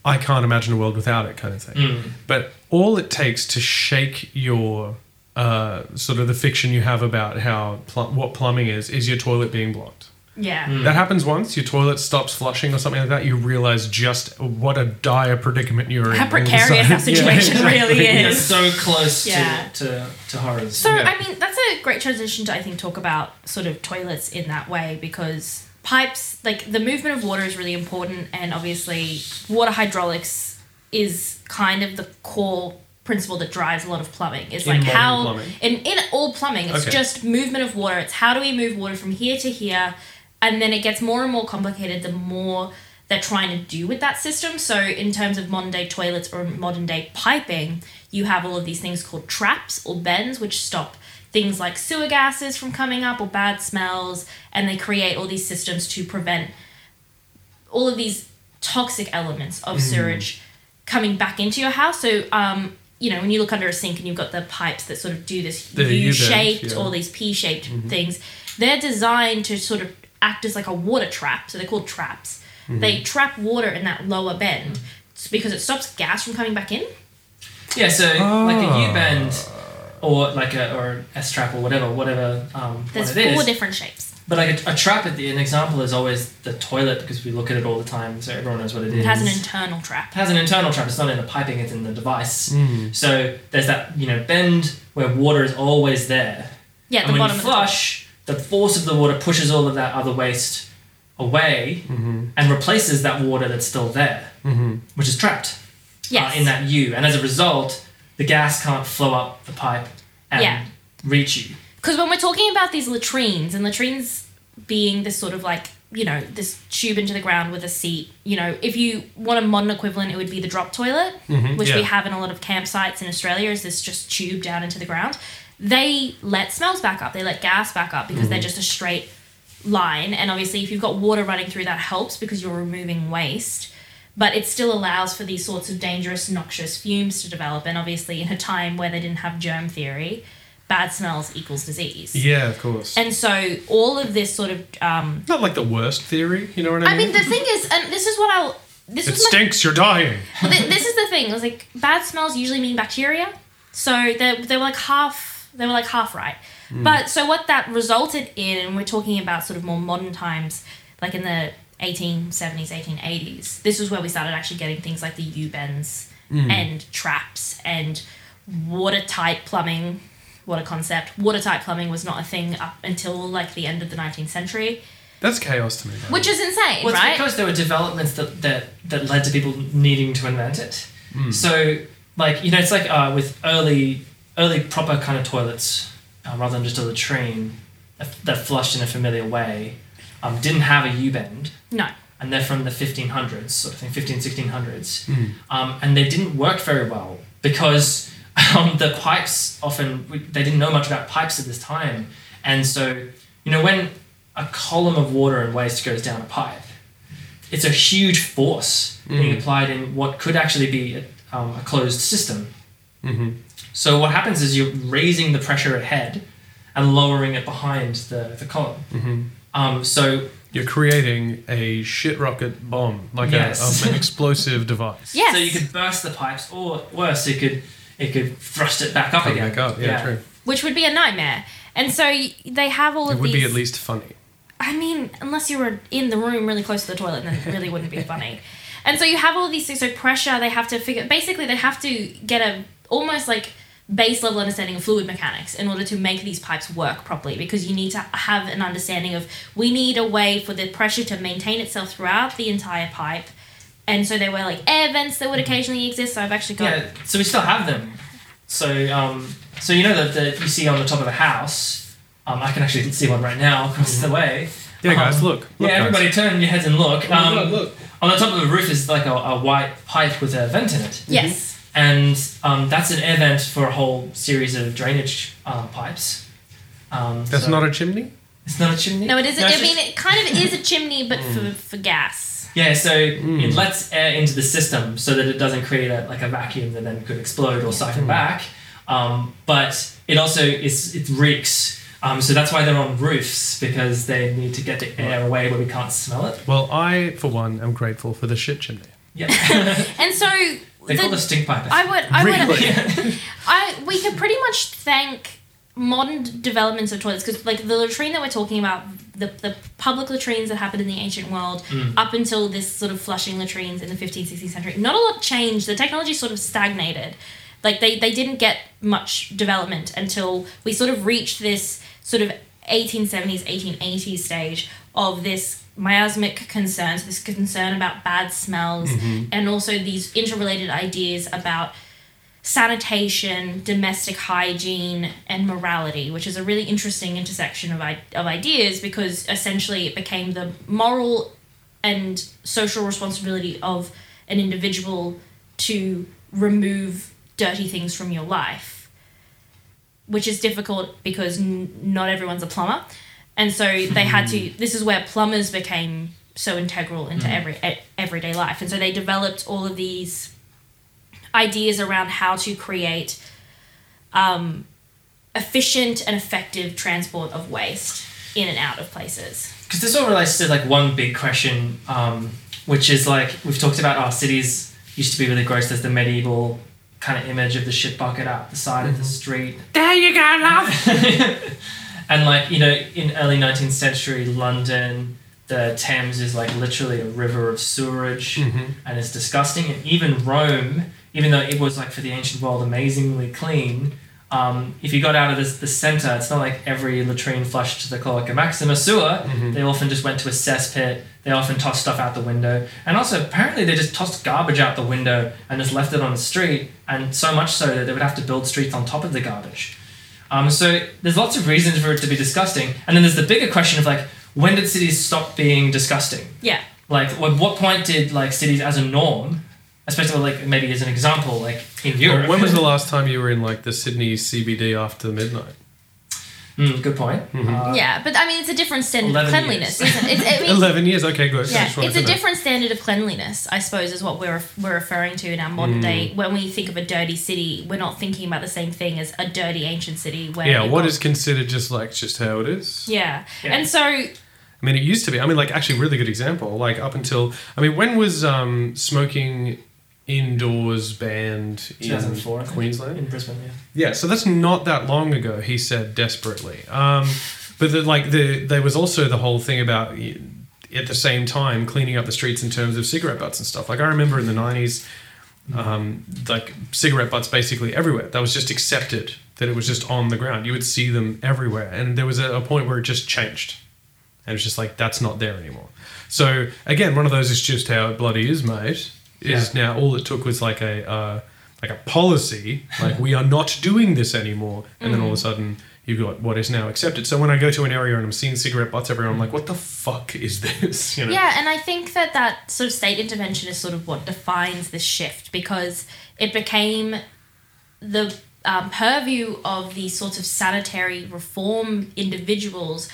I can't imagine a world without it kind of thing. But all it takes to shake your uh, sort of the fiction you have about how pl- what plumbing is is your toilet being blocked. Yeah. That happens once your toilet stops flushing or something like that. You realize just what a dire predicament you're in. How all of a precarious our sudden. Yeah. situation really You're is. so close Yeah. to, to, to horrors. So Yeah. I mean, that's a great transition to I think talk about sort of toilets in that way because pipes, like the movement of water, is really important, and obviously water hydraulics is kind of the core principle that drives a lot of plumbing. It's In like modern how plumbing? in in all plumbing, it's Okay. just movement of water. It's how do we move water from here to here, and then it gets more and more complicated the more they're trying to do with that system. So in terms of modern day toilets or modern day piping, you have all of these things called traps or bends, which stop things like sewer gases from coming up or bad smells, and they create all these systems to prevent all of these toxic elements of Mm-hmm. sewage coming back into your house. So, um, you know, when you look under a sink and you've got the pipes that sort of do this The U U-bend, shaped yeah. or these P shaped Mm-hmm. things, they're designed to sort of act as like a water trap. So they're called traps. Mm-hmm. They trap water in that lower bend s- because it stops gas from coming back in. Yeah, so like a Ah. U bend or like a or an S trap or whatever, whatever um, what There's it is. four different shapes. But like a, a trap, at the, an example is always the toilet because we look at it all the time, so everyone knows what it is. It has an internal trap. It has an internal trap. It's not in the piping; it's in the device. So there's that you know bend where water is always there, Yeah, at and the when bottom you of the flush, the, force of the water pushes all of that other waste away and replaces that water that's still there, which is trapped uh, Yes. in that U. And as a result, the gas can't flow up the pipe and Yeah. reach you. because when we're talking about these latrines and latrines being this sort of like you know this tube into the ground with a seat you know if you want a modern equivalent it would be the drop toilet which we yeah. have in a lot of campsites in australia is this just tube down into the ground they let smells back up they let gas back up because they're just a straight line and obviously if you've got water running through that helps because you're removing waste but it still allows for these sorts of dangerous noxious fumes to develop and obviously in a time where they didn't have germ theory bad smells equals disease Yeah, of course. and so all of this sort of um, Not like the worst theory, you know what I i mean? mean the thing is and this is what i'll this it was my stinks, you're dying. well, th- this is the thing. It was like bad smells usually mean bacteria, so they they were like half they were like half right. Hmm. But so what that resulted in, and we're talking about sort of more modern times, like in the 1870s, 1880s. This is where we started actually getting things like the U bends Hmm. and traps and watertight plumbing. What a concept! Watertight plumbing was not a thing up until like the end of the 19th century, That's chaos to me. though. which is insane, Well, it's right? because there were developments that, that that led to people needing to invent it. So, like you know, it's like uh, with early early proper kind of toilets, um, rather than just a latrine that, that flushed in a familiar way, um, didn't have a U bend, no, and they're from the 1500s, sort of thing, 15 1600s, um, and they didn't work very well because um, the pipes often we- they didn't know much about pipes at this time, and so you know when a column of water and waste goes down a pipe it's a huge force being applied in what could actually be a, um, a closed system. So what happens is you're raising the pressure ahead and lowering it behind the, the column. Um, so You're creating a shit rocket bomb, like a- Yes. um, an explosive device. yes. so you could burst the pipes, or worse, it could it could thrust it back up Oh, Come again. back up, yeah, true. which would be a nightmare. And so y- they have all It of would these. be at least funny. I mean, unless you were in the room really close to the toilet, then it really wouldn't be funny. And so you have all these things. So pressure, they have to figure. Basically, they have to get a almost like base level understanding of fluid mechanics in order to make these pipes work properly because you need to have an understanding of we need a way for the pressure to maintain itself throughout the entire pipe and so there were like air vents that would occasionally exist so i've actually got Mm-hmm. Yeah, so we still have them. So um, so you know that that you see on the top of a house. Um, I can actually see one right now across Mm-hmm. the way. Yeah, guys, Um, look. look yeah, guys. everybody turn your heads and look. Oh my Um, God, look. On the top of the roof is like a, a white pipe with a vent in it. yes and um, that's an air vent for a whole series of drainage uh, pipes. Um, That's so- not a chimney? It's not a chimney. No, it isn't. it's I just- mean, it kind of is a chimney, but for, for gas. yeah. So it lets air into the system so that it doesn't create a, like a vacuum that then could explode or siphon back. Um, but it also is it reeks. Um, so that's why they're on roofs because they need to get the air away where we can't smell it. Well, I, for one, am grateful for the shit chimney. Yeah. And so They call the stink pipe. I would. I would. Really? I we could pretty much thank modern d- developments of toilets because like the latrine that we're talking about the, the public latrines that happened in the ancient world up until this sort of flushing latrines in the 15th 16th century not a lot changed the technology sort of stagnated like they, they didn't get much development until we sort of reached this sort of 1870s 1880s stage of this miasmic concerns this concern about bad smells and also these interrelated ideas about sanitation, domestic hygiene, and morality, which is a really interesting intersection of, I- of ideas because essentially it became the moral and social responsibility of an individual to remove dirty things from your life, which is difficult because n- not everyone's a plumber. And so they had to, this is where plumbers became so integral into every e- everyday life. And so they developed all of these ideas around how to create um, efficient and effective transport of waste in and out of places. because this all relates to like one big question, um, which is like we've talked about our cities used to be really gross. There's the medieval kind of image of the shit bucket out the side of the street. There you go, love. and like you know in early 19th century london the thames is like literally a river of sewerage and it's disgusting and even rome even though it was like for the ancient world amazingly clean um, if you got out of this, the center it's not like every latrine flushed to the cloaca maxima sewer they often just went to a cesspit they often tossed stuff out the window and also apparently they just tossed garbage out the window and just left it on the street and so much so that they would have to build streets on top of the garbage um, so there's lots of reasons for it to be disgusting, and then there's the bigger question of like, when did cities stop being disgusting? Yeah. Like, at what point did like cities as a norm, especially like maybe as an example, like in Europe? when was the last time you were in like the Sydney CBD after midnight? Mm, good point. Mm-hmm. Uh, yeah, but I mean, it's a different standard of 11 cleanliness, isn't it? It's, I mean, Eleven years. Okay, good. I Yeah, just wanted it's to a know. different standard of cleanliness, I suppose, is what we're we're referring to in our Hmm. modern day. When we think of a dirty city, we're not thinking about the same thing as a dirty ancient city. Where Yeah, you've what got- is considered just like just how it is? yeah. Yeah. and so I mean, it used to be. I mean, like actually, really good example. Like up until I mean, when was um, smoking indoors banned in 2004, I think. Queensland? in Brisbane, yeah. Yeah, so that's not that long ago. He said desperately. Um, but the, like the there was also the whole thing about y- at the same time cleaning up the streets in terms of cigarette butts and stuff. Like I remember in the nineties, um, like cigarette butts basically everywhere. That was just accepted. That it was just on the ground. You would see them everywhere, and there was a, a point where it just changed, and it's just like that's not there anymore. So again, one of those is just how it bloody is, mate. Is now all it took was like a uh, like a policy, like we are not doing this anymore, and then all of Mm. a sudden you've got what is now accepted. So when I go to an area and I'm seeing cigarette butts everywhere, I'm like, what the fuck is this? You know. Yeah, and I think that that sort of state intervention is sort of what defines this shift because it became the um, purview of the sort of sanitary reform individuals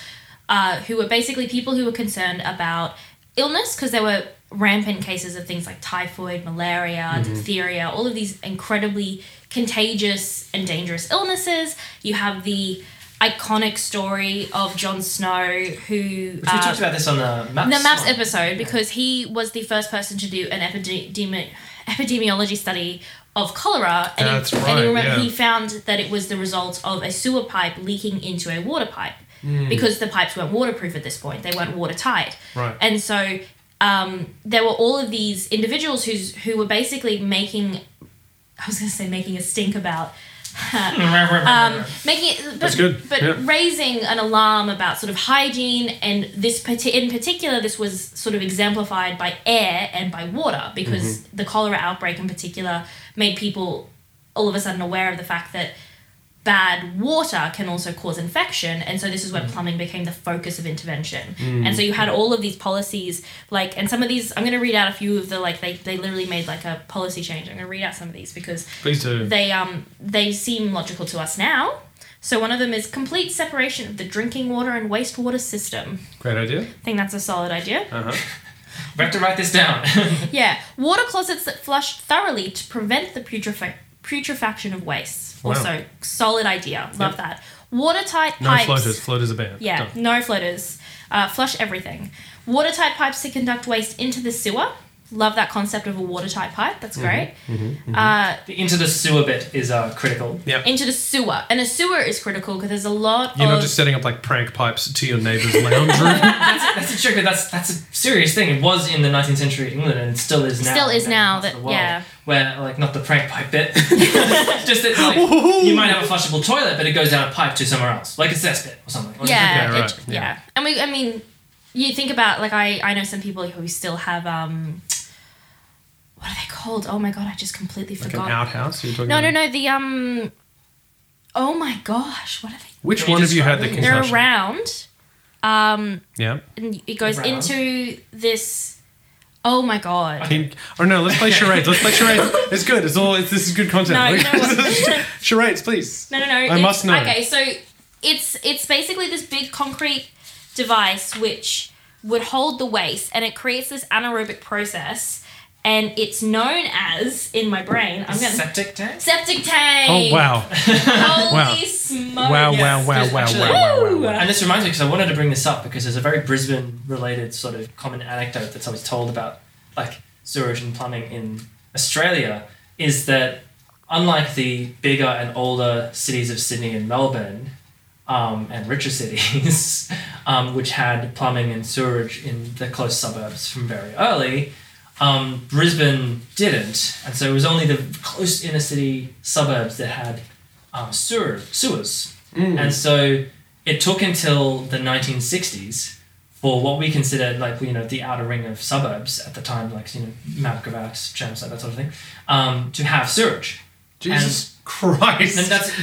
uh, who were basically people who were concerned about illness because there were rampant cases of things like typhoid, malaria, Mm-hmm. diphtheria, all of these incredibly contagious and dangerous illnesses. You have the iconic story of Jon Snow who Which we talked about this on the maps. Uh, the maps one. episode because he was the first person to do an epidemi- epidemiology study of cholera and, That's he, and right, he, remem- yeah. he found that it was the result of a sewer pipe leaking into a water pipe Hmm. because the pipes weren't waterproof at this point they weren't watertight Right. and so um, there were all of these individuals who's who were basically making i was going to say making a stink about um, making it but, That's good, but yeah. raising an alarm about sort of hygiene and this parti- in particular this was sort of exemplified by air and by water because Mm-hmm. the cholera outbreak in particular made people all of a sudden aware of the fact that bad water can also cause infection and so this is Mm. where plumbing became the focus of intervention and so you had all of these policies like and some of these i'm going to read out a few of the like they, they literally made like a policy change i'm going to read out some of these because Please do. they um they seem logical to us now. So one of them is complete separation of the drinking water and wastewater system. Great idea. I think that's a solid idea. Uh-huh. We have to write this down. Yeah, water closets that flush thoroughly to prevent the putrefa- putrefaction of waste. Wow. Also, solid idea. Love that. Watertight No pipes. floaters. Floaters are banned. Yeah, Done. no floaters. Uh, flush everything. Watertight pipes to conduct waste into the sewer. Love that concept of a watertight pipe. That's Mm-hmm. great. Uh, The into the sewer bit is uh, critical. Yeah. into the sewer, and a sewer is critical because there's a lot You're of not just setting up like prank pipes to your neighbour's lounge room. That's, that's a trick. but That's that's a serious thing. It was in the 19th century England and it still is now. Still is in now, parts of that- the world, yeah. Where like not the prank pipe bit, just that like, you might have a flushable toilet, but it goes down a pipe to somewhere else, like a cesspit or something. Or yeah, Okay, it- right, yeah, yeah. And we, I mean, you think about like I, I know some people who still have um, what are they called? Oh my god, I just completely like an forgot. outhouse. You're talking no, no, about- no. The um, oh my gosh, what are they? Which Can you one of you had the describe it? They're concussion? around, um, yeah. and it goes Round. into this. Oh my god. Pink. Oh no, let's play charades. Let's play charades. It's good. It's all. It's, this is good content. No, you know what? charades, please. No, no, no. I must know. Okay, so it's it's basically this big concrete device which would hold the waste, and it creates this anaerobic process, and it's known as in my brain. I'm gonna Septic tank. septic tank. Oh wow! Um, Holy Wow. smokes! Wow! Wow! Wow! Yes. Wow! There's Wow! actually- Wow! wow, wow. uh, And this reminds me because I wanted to bring this up because there's a very Brisbane related sort of common anecdote that's always told about like sewage and plumbing in Australia is that unlike the bigger and older cities of Sydney and Melbourne um, and richer cities, um, which had plumbing and sewerage in the close suburbs from very early, um, Brisbane didn't. And so it was only the close inner city suburbs that had um, sewer, sewers. And so it took until the 1960s for what we considered like you know the outer ring of suburbs at the time, like you know Mount Gravatt, Chamside, that sort of thing, um, to have sewage. Jesus And Christ! that's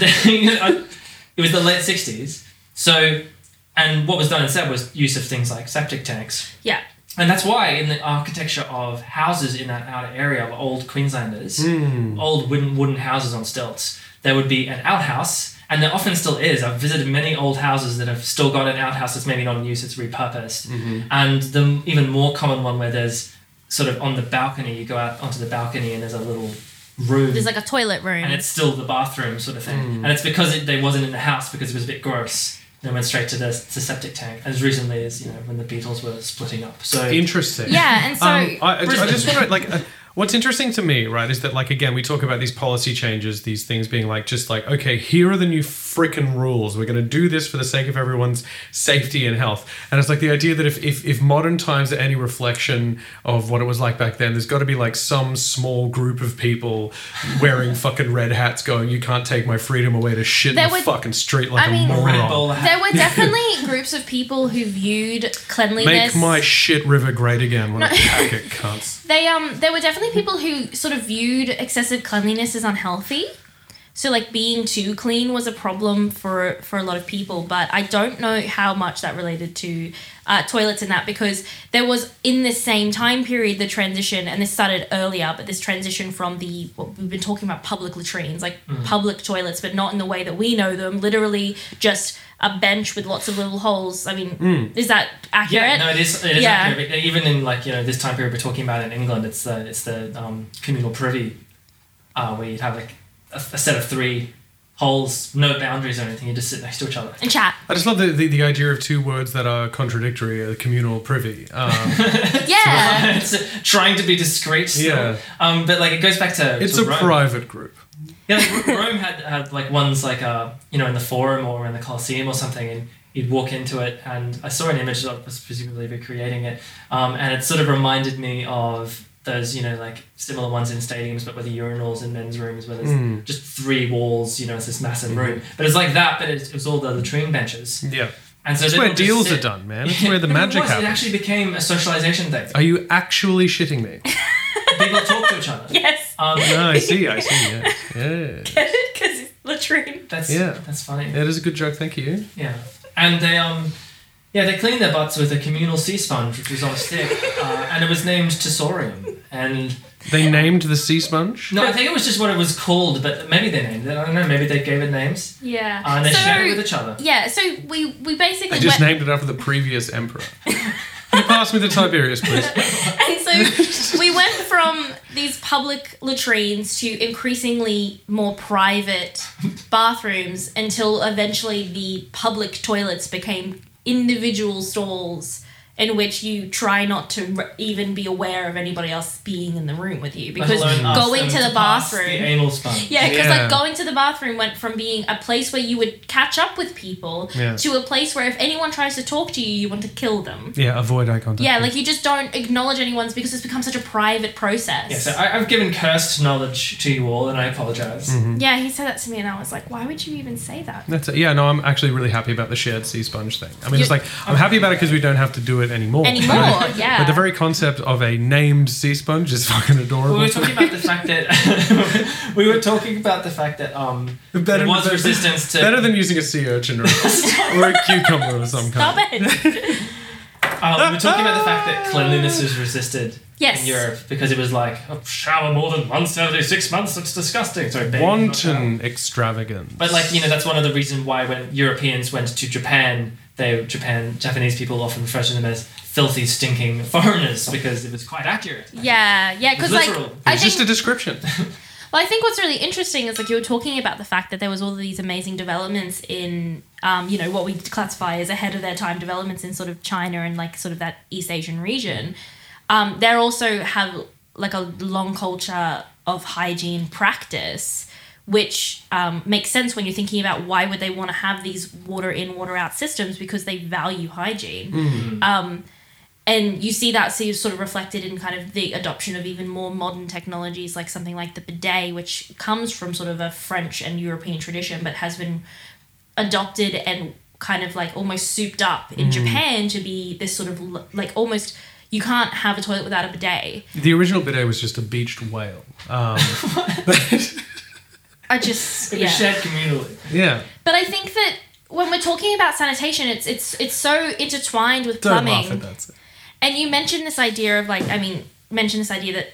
it was the late 60s. So, and what was done instead was use of things like septic tanks Yeah, and that's why in the architecture of houses in that outer area of old Queenslanders, old wooden wooden houses on stilts, there would be an outhouse, and there often still is. I've visited many old houses that have still got an outhouse that's maybe not in use, it's repurposed. And the even more common one where there's sort of on the balcony, you go out onto the balcony and there's a little room there's like a toilet room. and it's still the bathroom sort of thing. And it's because it, they wasn't in the house because it was a bit gross. Then went straight to the, to septic tank as recently as you know when the Beatles were splitting up. So Interesting. yeah, and so um, I, I ju- I Brisbane. just want to like. Uh, what's interesting to me, right, is that like again we talk about these policy changes, these things being like just like okay, here are the new freaking rules. We're going to do this for the sake of everyone's safety and health. And it's like the idea that if if, if modern times are any reflection of what it was like back then, there's got to be like some small group of people wearing fucking red hats, going, "You can't take my freedom away to shit There in the would- fucking street like I a mean- moron." Red Bull there were definitely groups of people who viewed Make cleanliness. my shit river great again. What a pack of cunts. they um there were definitely people who sort of viewed excessive cleanliness as unhealthy so like being too clean was a problem for for a lot of people but i don't know how much that related to uh, toilets and that because there was in the same time period the transition and this started earlier but this transition from the what we've been talking about public latrines like Mm-hmm. public toilets but not in the way that we know them literally just a bench with lots of little holes i mean is that accurate Mm. Yeah, no, it is. It is Yeah. accurate. Even in like you know this time period we're talking about in England, it's the it's the um, communal privy, uh, where you'd have like a, a set of three holes, no boundaries or anything. You just sit next to each other. and chat I just love the, the, the idea of two words that are contradictory, uh, communal privy. Um, yeah it's trying to be discreet. Still. Yeah. Um, but like it goes back to it's to a Rome. private group. Yeah, like, Ro- Rome had, had like ones like uh you know in the Forum or in the Colosseum or something, and you'd walk into it, and I saw an image that was presumably recreating it, um, and it sort of reminded me of those you know like similar ones in stadiums, but with the urinals in men's rooms where there's Mm. Mm-hmm. just three walls, you know, it's this massive room, but it's like that, but it's, it was all the latrine benches, Yeah. and so It's they'd all Mm. where just deals sit- are done, man. It's where the But it magic was, It happens. actually became a socialization thing. Are you actually shitting me? People talk to each other. yes Um, No, I see, I see, yes. Yeah. because it's latrine. that's Yeah. that's funny. That is a good joke, thank you. Yeah, and they um, yeah, they cleaned their butts with a communal sea sponge, which was on a stick, uh, and it was named Tessorium. And They named the sea sponge. no, I think it was just what it was called, but maybe they named it. I don't know. Maybe they gave it names, Yeah. uh, and they shared it with each other. yeah, so we we basically I just went, named it after the previous emperor. Can you pass me the Tiberius, please? and so we went from these public latrines to increasingly more private bathrooms until eventually the public toilets became individual stalls in which you try not to re- even be aware of anybody else being in the room with you Let because alone ask going them to the pass bathroom. the anal sponge. Yeah, because Yeah. like going to the bathroom went from being a place where you would catch up with people Yeah. to a place where if anyone tries to talk to you, you want to kill them. Yeah, avoid eye contact. Yeah, like you just don't acknowledge anyone's because it's become such a private process. Yeah, so I, I've given cursed knowledge to you all, and I apologize. Mm-hmm. Yeah, he said that to me, and I was like, why would you even say that? That's it. Yeah, no, I'm actually really happy about the shared sea sponge thing. I mean, it's You- like I'm happy about it because we don't have to do it Oh. anymore. Anymore, yeah. But the very concept of a named sea sponge is fucking We adorable. were talking about the fact that we were talking about the fact that um Better there was than- resistance to Better than using a sea urchin or a, or a cucumber of some Stop kind. it. um, we were talking about the fact that cleanliness was resisted Yes. in Europe because it was like oh, shower more than once every six months. It's disgusting. Sorry, baby, not shower. Wanton extravagance. But like you know, that's one of the reasons why when Europeans went to Japan, they Japan Japanese people often refer to them as filthy, stinking foreigners because it was quite accurate. Yeah, yeah, because like Literal. I it's just a think, description. well, I think what's really interesting is like you were talking about the fact that there was all of these amazing developments in, um, you know, what we classify as ahead of their time developments in sort of China and like sort of that East Asian region. Um, they also have like a long culture of hygiene practice. Which um, makes sense when you're thinking about why would they want to have these water in, water out systems because they value hygiene. and you see that so sort of reflected in kind of the adoption of even more modern technologies like something like the bidet which comes from sort of a french and european tradition but has been adopted and kind of like almost souped up Mm. in japan to be this sort of l- like almost you can't have a toilet without a bidet the original bidet was just a beached whale. Um, but- i just It yeah. was shared communally. yeah. but i think that when we're talking about sanitation it's it's it's so intertwined with Don't plumbing laugh at that. And you mentioned this idea of like, I mean, mentioned this idea that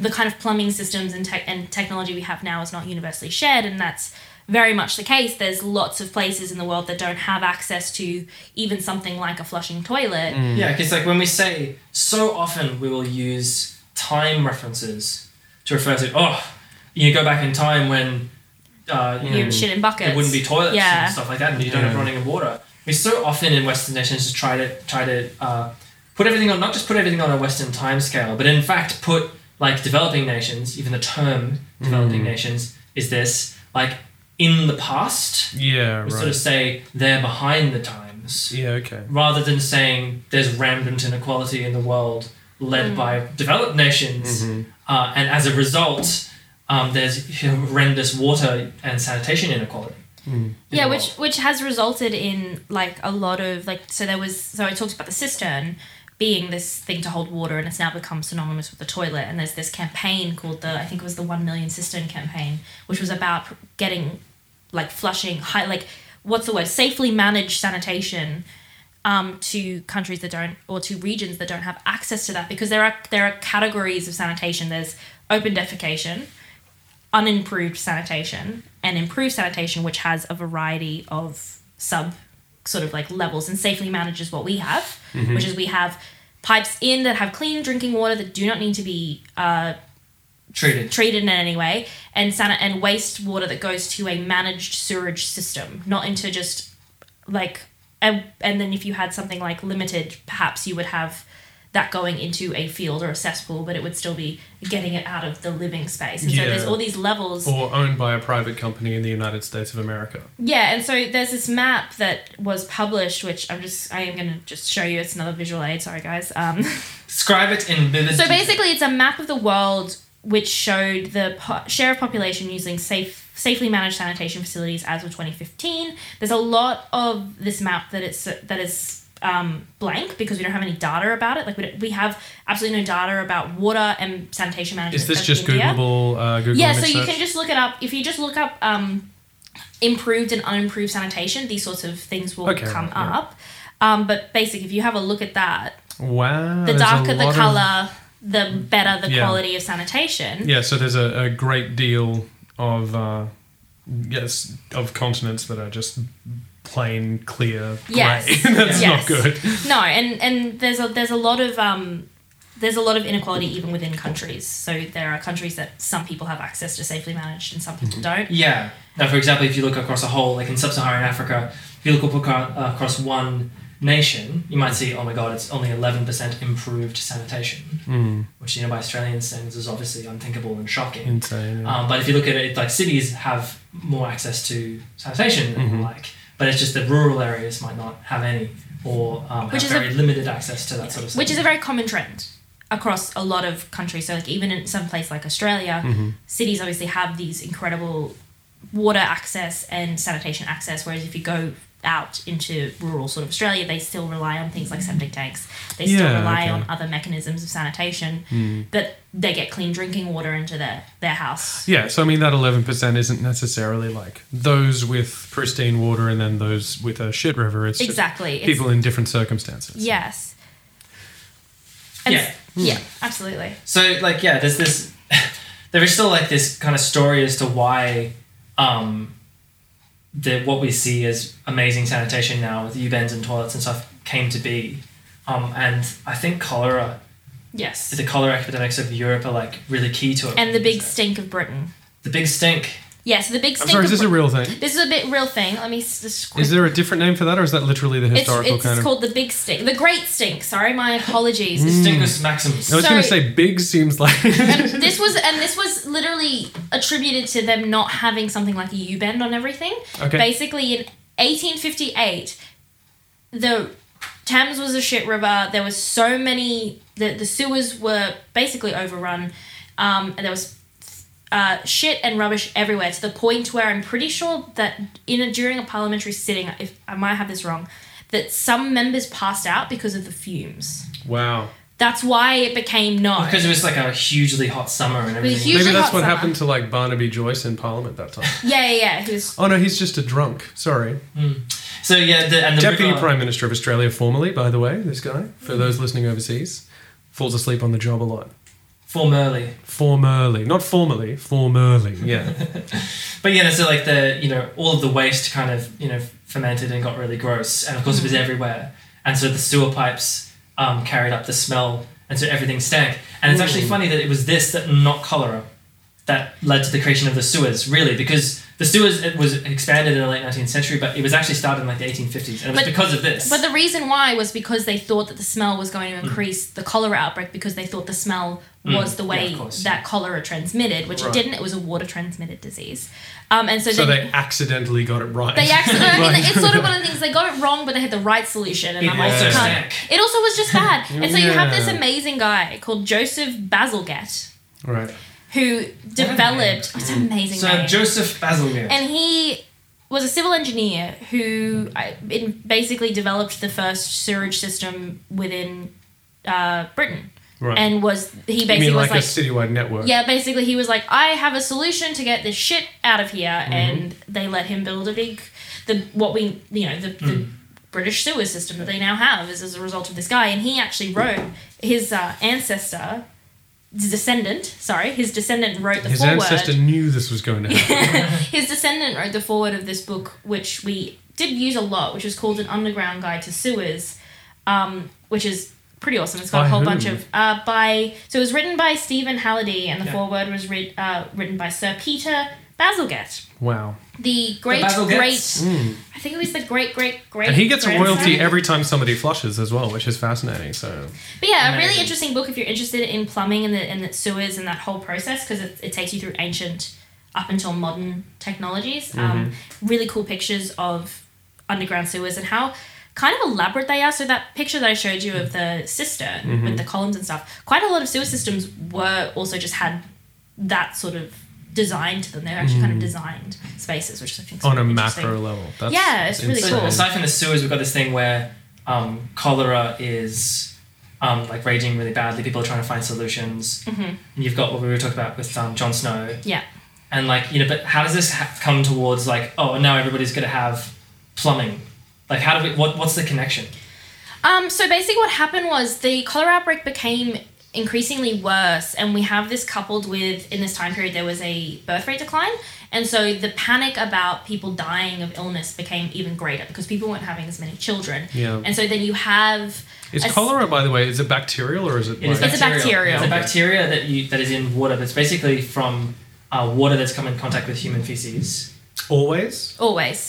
the kind of plumbing systems and tech and technology we have now is not universally shared, and that's very much the case. There's lots of places in the world that don't have access to even something like a flushing toilet. Yeah, because like when we say so often, we will use time references to refer to oh, you go back in time when uh, you You know, shit in buckets. there wouldn't be toilets Yeah. and stuff like that, and you don't have Yeah. running water. We so often in Western nations just try to try to uh, put everything on not just put everything on a Western time scale, but in fact put like developing nations, even the term developing Mm. nations is this like in the past. Yeah, We sort of right. say they're behind the times Yeah, okay. rather than saying there's rampant inequality in the world led Mm. by developed nations, uh, and as a result, um, there's horrendous water and sanitation inequality. in yeah the which world. which has resulted in like a lot of like so there was so i talked about the cistern being this thing to hold water and it's now become synonymous with the toilet and there's this campaign called the i think it was the 1 million cistern campaign which was about getting like flushing high like what's the word safely managed sanitation um, to countries that don't or to regions that don't have access to that because there are there are categories of sanitation there's open defecation unimproved sanitation and improved sanitation, which has a variety of sub sort of like levels and safely manages what we have, which is we have pipes in that have clean drinking water that do not need to be uh, treated. treated in any way, and sana- and waste water that goes to a managed sewerage system, not into just like and, and then if you had something like limited, perhaps you would have that going into a field or a cesspool, but it would still be getting it out of the living space. And so there's Yeah. all these levels. Or owned by a private company in the United States of America. Yeah, and so there's this map that was published, which I'm just I am gonna just show you. It's another visual aid. Sorry, guys. Um, Describe it in vivid. so detail. basically, it's a map of the world which showed the po- share of population using safe, safely managed sanitation facilities as of 2015. There's a lot of this map that it's that is um, blank because we don't have any data about it. Like we, don't, we have absolutely no data about water and sanitation management. Is this of just India. Googleable? Uh, Google Yeah, image so you search? can just look it up. If you just look up um, improved and unimproved sanitation, these sorts of things will Okay, come right, yeah. up. Um, but basically, if you have a look at that, Wow. the there's a darker the lot of- color, the better the Yeah. quality of sanitation. Yeah, so there's a, a great deal of uh, yes of continents that are just plain clear grey. Yes. That's Yes. not good. No, and and there's a there's a lot of um, there's a lot of inequality even within countries. So there are countries that some people have access to safely managed and some Mm-hmm. people don't. Yeah. Now, for example, if you look across a whole, like in sub-Saharan Africa, if you look up aca- uh, across one nation, you might see, oh my god, it's only 11% improved sanitation, which, you know, by Australian standards is obviously unthinkable and shocking. Insane. yeah. Um, but if you look at it, like cities have more access to sanitation and Mm-hmm. the like, but it's just that rural areas might not have any or um, Which have is a- very limited access to that sort of stuff. which is a very common trend across a lot of countries. So, like even in some place like Australia, Mm-hmm. cities obviously have these incredible water access and sanitation access. Whereas if you go out into rural sort of Australia, they still rely on things like septic tanks. They still Yeah, rely okay. Mm. on other mechanisms of sanitation, but they get clean drinking water into their their house. Yeah, so I mean that eleven percent isn't necessarily like those with pristine water and then those with a shit river. It's just Exactly. It's- people in different circumstances. Yes. Yeah. Yeah. Hmm. Absolutely. So like yeah, there's this there is still like this kind of story as to why um the what we see as amazing sanitation now with U bends and toilets and stuff came to be. Um and I think cholera Yes. the cholera epidemics of Europe are like really key to it. And the big stink of Britain. the big stink. Yes, the big I'm stink. sorry, of is this a Brit- real thing? This is a bit real thing. Let me s- just. Quick- Is there a different name for that, or is that literally the it's, historical it's kind of? Mm. called the big stink, the great stink. Sorry, my apologies. Stingus maximus. I was going to sorry. say big seems like And this was and this was literally attributed to them not having something like a U bend on everything. Okay. Basically, in 1858, the Thames was a shit river. There was so many the the sewers were basically overrun. Um, and there was uh, shit and rubbish everywhere to the point where I'm pretty sure that in a during a parliamentary sitting, if I might have this wrong, that some members passed out because of the fumes. wow. That's why it became known. Because it was like a hugely hot summer and was everything. huge- Maybe Usually that's hot what summer. happened to like Barnaby Joyce in Parliament that time. yeah, yeah, yeah. Who's Oh no, he's just a drunk. Sorry, So yeah, the, and the Deputy river- Prime Minister of Australia, formerly, by the way. This guy, for Mm-hmm. those listening overseas, falls asleep on the job a lot. formerly. Formerly, not formally, formerly. Yeah. But yeah, so like the you know all of the waste kind of you know fermented and got really gross, and of course it was Mm-hmm. everywhere, and so the sewer pipes um, carried up the smell, and so everything stank. And it's Mm. actually funny that it was this that not cholera that led to the creation of the sewers, really, because the sewers it was expanded in the late nineteenth century, but it was actually started in like the eighteen fifties, and it was But- because of this. But the reason why was because they thought that the smell was Mm. going to increase the cholera outbreak because they thought the smell was the way Yeah, of course. that cholera transmitted, which Right. it didn't. It was a water transmitted disease. Um, and so, So then they accidentally got it right. they actually, I mean, Right. it's sort of one of the things they got it wrong, but they had the right solution. And it I'm also like, can't- stank. it also was just bad. and so you have this Yeah. amazing guy called Joseph Bazalgette right. who developed. Oh, it's an amazing. So name. Joseph Bazalgette. and he was a civil engineer who uh, in- basically developed the first sewage system within uh, Britain, Right. and was he you basically mean like, was like, a citywide network? yeah, basically he was like, I have a solution to get this shit out of here, Mm-hmm. and they let him build a big, the what we you know the. Mm. the British sewer system that they now have is as a result of this guy, and he actually wrote his uh, ancestor, his descendant. Sorry, his descendant wrote the His foreword ancestor knew this was going to happen. his descendant wrote the foreword of this book, which we did use a lot, which is called An Underground Guide to Sewers, um, which is pretty awesome. It's got By a whole whom? bunch of uh, by so it was written by Stephen Halliday, and the Yeah. foreword was read, uh, written by Sir Peter Bazalgette, wow. the great Bazalgettes. great. I think it was the great great great. Hmm. And he gets a grandson. royalty every time somebody flushes as well, which is fascinating. So But yeah, a really Amazing. interesting book if you're interested in plumbing and the and the sewers and that whole process because it, it takes you through ancient up until modern technologies. Um, Mm-hmm. really cool pictures of underground sewers and how kind of elaborate they are. So that picture that I showed you of the cistern Mm-hmm. with the columns and stuff, quite a lot of sewer systems were also just had that sort of design to them. They're actually kind of designed spaces, which I think is Mm. on a really interesting. macro level, that's Yeah, it's really insane. cool. So aside from the sewers, we've got this thing where um, cholera is um, like raging really badly. People are trying to find solutions. Mm-hmm. And you've got what we were talking about with um, Jon Snow, Yeah. and like you know, but how does this ha- come towards like oh now everybody's going to have plumbing? Like how do we? What what's the connection? Um, so basically, what happened was the cholera outbreak became increasingly worse, and we have this coupled with in this time period there was a birth rate decline, and so the panic about people dying of illness became even greater because people weren't having as many children. Yeah. And so then you have Is a s- cholera, by the way, is it bacterial or is it? It is It's a bacterial. It's a bacteria that you that is in water. But it's basically from uh, water that's come in contact with human feces. always. always.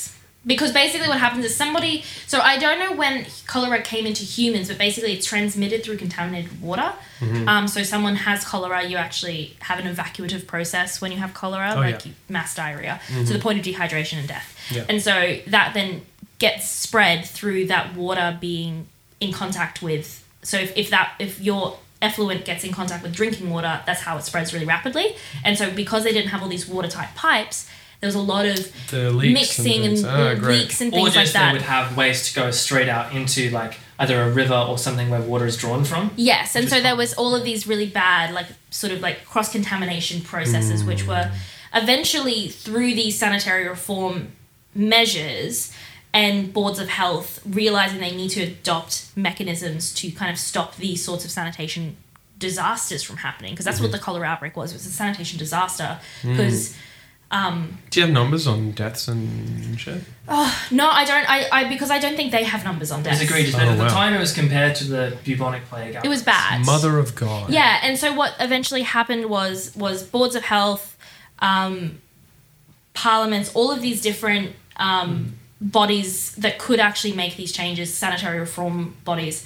Because basically, what happens is somebody. So I don't know when cholera came into humans, but basically, it's transmitted through contaminated water. Mm-hmm. Um, so someone has cholera, you actually have an evacuative process when you have cholera, Oh, like yeah. Mm-hmm. mass diarrhea, to the point of dehydration and death. Yeah. And so that then gets spread through that water being in contact with. So if, if that if your effluent gets in contact with drinking water, that's how it spreads really rapidly. And so because they didn't have all these watertight pipes, there was a lot of The leaks mixing and and, things. Ah, great. leaks and or things just like they that. would have waste go straight out into like either a river or something where water is drawn from. Yes, and Which so is there was all of these really bad, like sort of like cross contamination processes, which Mm. were eventually through these sanitary reform measures and boards of health realizing they need to adopt mechanisms to kind of stop these sorts of sanitation disasters from happening because that's what Mm-hmm. the cholera outbreak was. It was a sanitation disaster Mm. because. Do you have numbers on deaths and shit? No, I don't. I, I because I don't think they have numbers on It was deaths. egregious, but Oh, at the wow. time it was compared to the bubonic plague. It was outbreaks. bad. Mother of God. Yeah, and so what eventually happened was was boards of health, um, parliaments, all of these different um, bodies that could actually make these changes, sanitary reform bodies,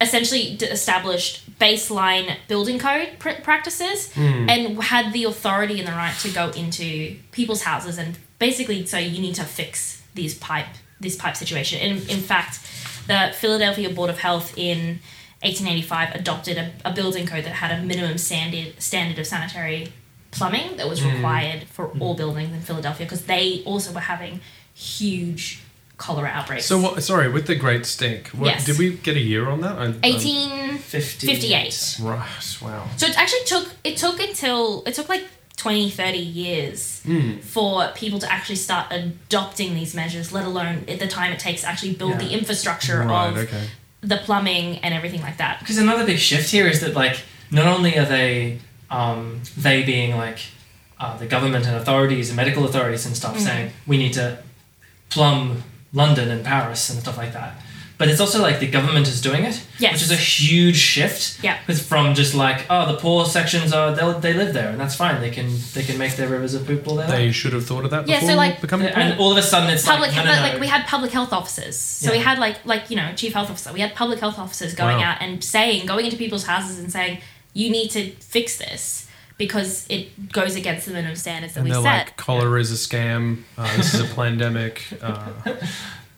essentially d- established baseline building code pr- practices and had the authority and the right to go into people's houses and basically say you need to fix these pipe this pipe situation. And in fact, the Philadelphia Board of Health in 1885 adopted a, a building code that had a minimum standard standard of sanitary plumbing that was required for all buildings in Philadelphia because they also were having huge cholera outbreaks. So what? Sorry, with the Great Stink. What, Yes. Did we get a year on that? I- I'm- 18 50. 58. Right. Wow. So it actually took it took until it took like 20, 30 years Hmm. for people to actually start adopting these measures, let alone at the time it takes to actually build the Yeah. infrastructure Right. of Okay. the plumbing and everything like that. Because another big shift here is that like not only are they um, they being like uh, the government and authorities and medical authorities and Mm-hmm. stuff saying we need to plumb London and Paris and stuff like that, but it's also like the government is doing it, Yes. which is a huge shift. Yeah. It's from just like oh the poor sections are they'll- they live there and that's fine they can they can make their rivers of poop all they like. They should have thought of that Yeah, so, before like- uh, becoming. And all of a sudden it's Public like, no, health, no, no. like we had public health officers. So we Yeah. had like like you know chief health officer. We had public health officers going Wow. out and saying, going into people's houses and saying, you need to fix this because it goes against the minimum standards that and we they're set. like, cholera is a scam. Uh, this is a pandemic. Uh,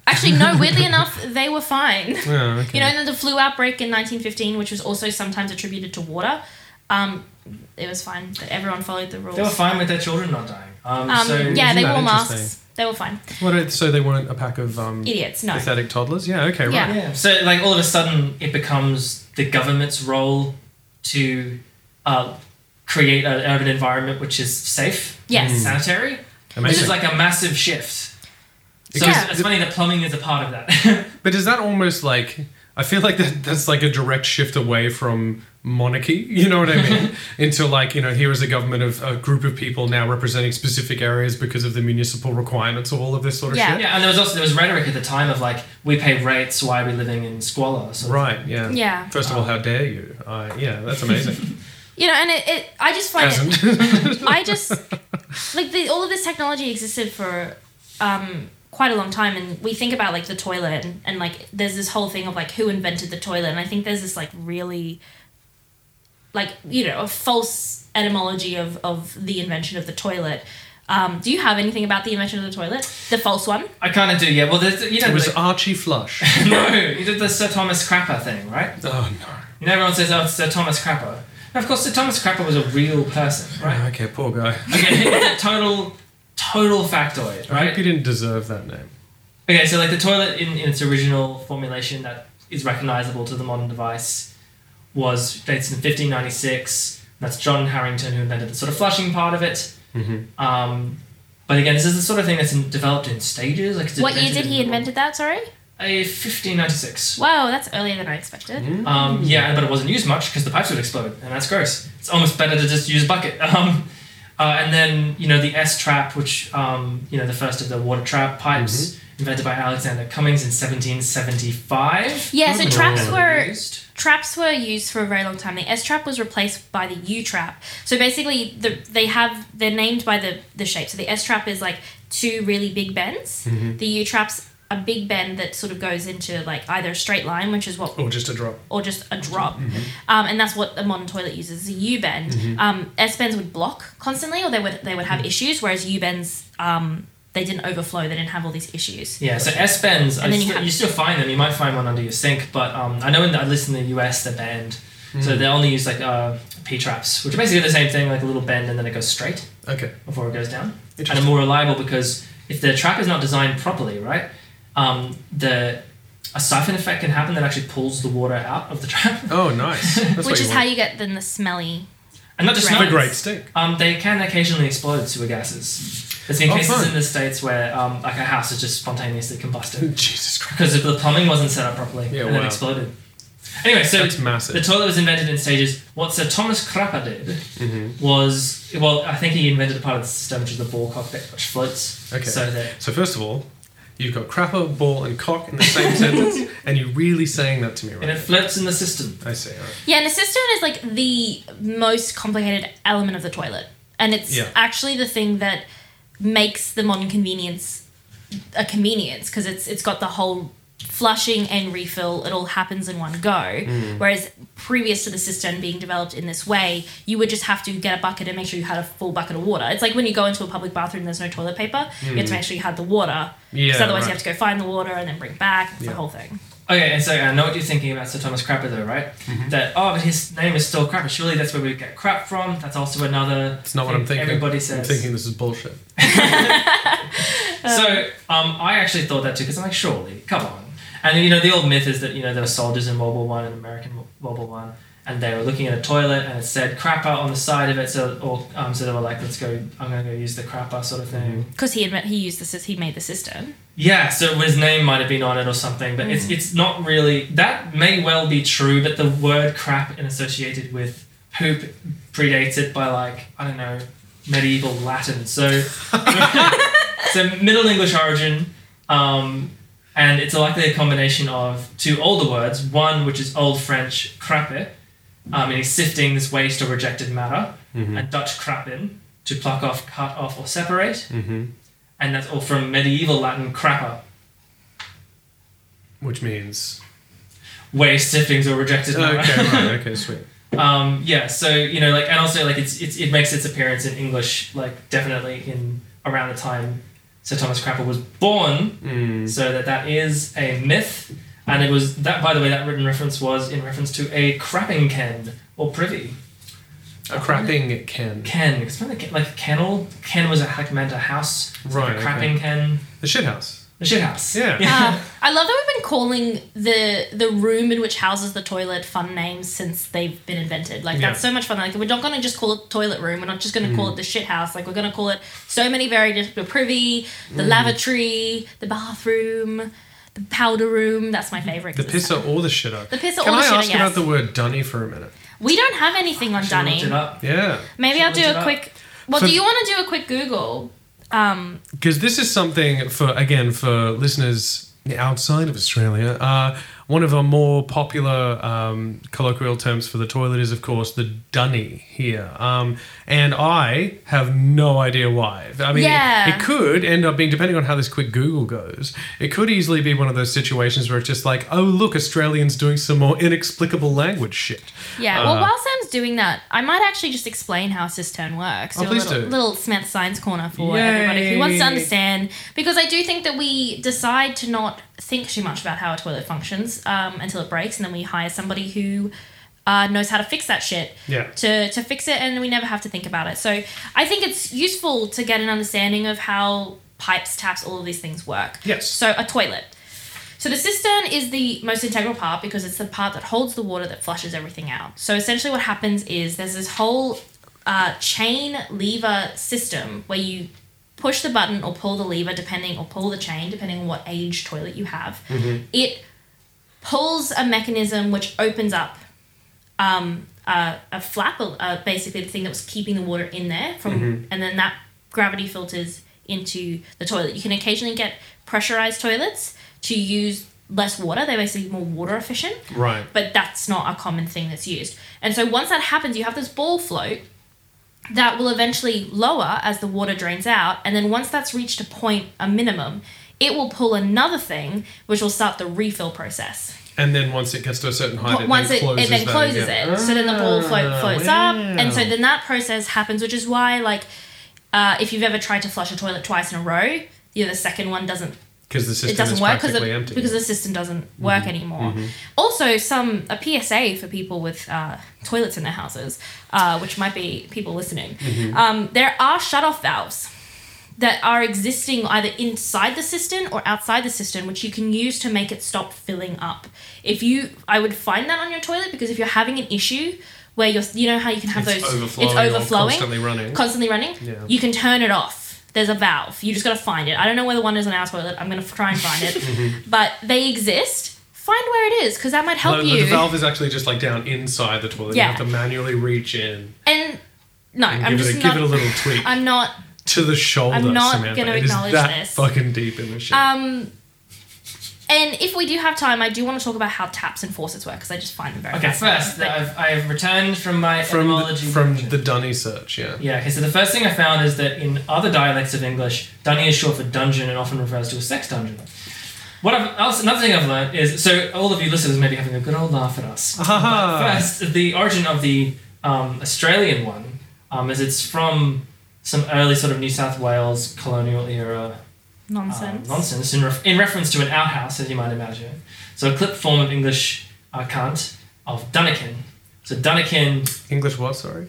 Actually, no. Weirdly enough, they were fine. yeah, okay. You know, and then the flu outbreak in 1915, which was also sometimes attributed to water. Um, it was fine. that Everyone followed the rules. they were fine with their children not dying. Um, Um, so yeah, Isn't they that wore masks. interesting? They were fine. What are- so they weren't a pack of um, Idiots, no. pathetic toddlers. Yeah. Okay. Yeah. Right. Yeah. So like all of a sudden it becomes the government's role to uh, create a- an urban environment which is safe, Yes. and sanitary, which Amazing. is like a massive shift. So Yeah. it's, it's funny that plumbing is a part of that. But is that almost like I feel like that that's like a direct shift away from monarchy, you know what I mean? Into like, you know, here is a government of a group of people now representing specific areas because of the municipal requirements of all of this sort of Yeah. shit. yeah, and there was also there was rhetoric at the time of like we pay rates, why are we living in squalor? So Right, yeah. Yeah. First of all, how dare you? Uh, yeah, that's amazing. You know, and it, it I just find it. Peasant. I just like the, all of this technology existed for um, quite a long time, and we think about like the toilet, and, and like there's this whole thing of like who invented the toilet, and I think there's this like really, like you know, a false etymology of of the invention of the toilet. Um, do you have anything about the invention of the toilet, the false one? I kind of do. Yeah. Well, there's, you know, it was like, Archie Flush. no, you did the Sir Thomas Crapper thing, right? Oh no. You know, everyone says, "Oh, it's Sir Thomas Crapper." And of course, Sir Thomas Crapper was a real person, right? Oh, Okay, poor guy. Okay, it's a total, total factoid, I hope right? you didn't deserve that name. Okay, so like the toilet in, in its original formulation that is recognizable to the modern device was dates in 1596. That's John Harrington who invented the sort of flushing part of it. Mm-hmm. Um, but again, this is the sort of thing that's in, developed in stages. Like it's What year invented did in he the- invented that? Sorry. Uh, 1596. Wow, that's earlier than I expected. Hmm. Um, yeah, but it wasn't used much because the pipes would explode, and that's gross. It's almost better to just use a bucket. Um, Uh, and then you know the S trap, which um, you know the first of the water trap pipes Mm-hmm. invented by Alexander Cummings in 1775. Yeah, so traps were were used. traps were used for a very long time. The S trap was replaced by the U trap. So basically, the, they have they're named by the the shape. So the S trap is like two really big bends. Mm-hmm. The U trap's a big bend that sort of goes into like either a straight line, which is what Or Oh, just a drop. or just a drop. Mm-hmm. Um, and that's what a modern toilet uses is a U bend. Um, S bends would block constantly, or they would they would have Mm-hmm. issues. Whereas U bends, um, they didn't overflow. They didn't have all these issues. Yeah, so S bends, And I then you still- have- you still find them. You might find one under your sink, but um, I know in the, at least in the US they're banned. Hmm. So they only use like uh, P traps, which are basically the same thing, like a little bend and then it goes straight Okay. before it goes down. And are Interesting. more reliable because if the trap is not designed properly, right, um, the a siphon effect can happen that actually pulls the water out of the trap. Oh, nice. That's what Which you is want. how you get then the smelly. And not just Right. Have smells. a great steak. Um, they can occasionally explode sewer gases. There's been Oh, cases fun. in the states where um, like a house has just spontaneously combusted. Jesus Christ. because if the plumbing wasn't set up properly Yeah, and wow. it exploded. Anyway, so That's massive. the toilet was invented in stages. What Sir Thomas Crapper did Mm-hmm. was, well, I think he invented a part of the system which is the ball cockpit, which floats. Okay. So that So first of all, you've got crapper, ball, and cock in the same sentence, and you're really saying that to me right and it now. floats in the system. I see. All right. Yeah, and a cistern is like the most complicated element of the toilet, and it's Yeah. actually the thing that makes the modern convenience a convenience because it's it's got the whole flushing and refill it all happens in one go Mm. whereas previous to the cistern being developed in this way you would just have to get a bucket and make sure you had a full bucket of water it's like when you go into a public bathroom there's no toilet paper you have to make sure you had the water Mm. Yeah, because otherwise right. you have to go find the water and then bring it back it's Yeah. the whole thing Okay, and so uh, I know what you're thinking about Sir Thomas Crapper, though, right? Mm-hmm. That oh, but his name is still Crapper. Surely that's where we get crap from. That's also another. It's not what thing I'm thinking. Everybody says. I'm thinking this is bullshit. So um, I actually thought that too because I'm like, surely, come on. And you know, the old myth is that you know there were soldiers in World War One and American World War One, and they were looking at a toilet and it said crapper on the side of it. So or um, so they were like, let's go. I'm gonna go use the crapper sort of Mm-hmm. thing. because he admit he used the cis- he made the cistern Yeah, so his name might have been on it or something, but it's it's not really that may well be true, but the word crap and associated with poop predates it by like, I don't know, medieval Latin. So so Middle English origin, um, and it's likely a combination of two older words, one which is old French crappe, um, meaning sifting this waste or rejected matter, and Dutch krappen, to pluck off, cut off, or separate and that's all from medieval Latin crapper, Which means waste siftings or rejected okay, matter. right, okay, sweet. um, yeah, so you know, like, and also like it's, it's it makes its appearance in English, like definitely in around the time Sir Thomas Crapper was born, Mm. so that that is a myth, and it was that by the way that written reference was in reference to a crapping ken or privy A crapping can. ken, it's not like a- like a kennel. Ken was a like meant a house, It's like Right, a okay. crapping ken, The shit house. a shit house. Yeah. Uh, I love that we've been calling the the room in which houses the toilet fun names since they've been invented. Like that's Yeah. Mm. so much fun. Like we're not gonna just call it toilet room. We're not just gonna call it the shit house. Like we're gonna call it so many very different. The privy, the Mm. lavatory, the bathroom, the powder room. That's my favorite. The 'cause it's- pisser or the shitter. The pisser Can or the I shitter, ask about yes. the word dunny for a minute? We don't have anything on Should've looked Dunny. it up. Yeah. Maybe Should I'll we do look it a up? quick. Well, For- do you want to do a quick Google? Um, Because this is something for again for listeners outside of Australia. Uh, one of our more popular um, colloquial terms for the toilet is, of course, the dunny here, um, and I have no idea why. I mean, Yeah. it could end up being depending on how this quick Google goes. It could easily be one of those situations where it's just like, oh look, Australians doing some more inexplicable language shit. Yeah, well, Uh, while Sam's doing that, I might actually just explain how cistern works. Oh, a please little, do. little Smith Science Corner for everybody who wants Yay. to understand. Because I do think that we decide to not think too much about how a toilet functions um, until it breaks, and then we hire somebody who uh, knows how to fix that shit Yeah. to, to fix it, and we never have to think about it. So I think it's useful to get an understanding of how pipes, taps, all of these things work. Yes. So a toilet. So the cistern is the most integral part because it's the part that holds the water that flushes everything out. So essentially, what happens is there's this whole uh, chain lever system where you push the button or pull the lever depending, or pull the chain depending on what age toilet you have. It pulls a mechanism which opens up um, uh, a flap, uh, basically the thing that was keeping the water in there, from and then that gravity filters into the toilet. You can occasionally get pressurized toilets to use less water. They're basically more water efficient Right. but that's not a common thing that's used. And so once that happens, you have this ball float that will eventually lower as the water drains out. And then once that's reached a point, a minimum, it will pull another thing, which will start the refill process. And then once it gets to a certain height, it once then it, closes it then that closes again. it, so then the ball Ah, float floats up, and so wow. then that process happens, which is why like uh, if you've ever tried to flush a toilet twice in a row, you know, the second one doesn't because the system it doesn't is work practically it, empty. Mm-hmm. because the system doesn't work anymore. Also, some a PSA for people with uh, toilets in their houses, uh, which might be people listening. Mm-hmm. Um, there are shut-off valves that are existing either inside the cistern or outside the cistern, which you can use to make it stop filling up. If you, I would find that on your toilet because if you're having an issue where you're, you know how you can have It's those, overflowing it's or overflowing, constantly running. constantly running, Yeah. you can turn it off. There's a valve. You just got to find it. I don't know where the one is on our toilet. I'm gonna f- try and find Mm-hmm. it, but they exist. Find where it is because that might help the, you. the valve is actually just like down inside the toilet. Yeah. You have to manually reach in and no, and I'm give, just it a, not. give it a little tweak I'm not. to the shoulder. I'm not Samantha. gonna It is acknowledge that this. Fucking deep in the shit. Um, and if we do have time, I do want to talk about how taps and faucets work because I just find them very Okay, fascinating. first, uh, I've, I've returned from my from the, etymology. from lecture. the Dunny search, yeah. Yeah, okay, so the first thing I found is that in other dialects of English, dunny is short for dungeon and often refers to a sex dungeon. What I've, else, another thing I've learned is so all of you listeners may be having a good old laugh at us. But first, the origin of the um, Australian one um, is it's from some early sort of New South Wales colonial era Nonsense. uh, nonsense in, ref- in reference to an outhouse, as you might imagine. So a clip form of English uh, cant of dunnikin. So dunnikin English what? Sorry.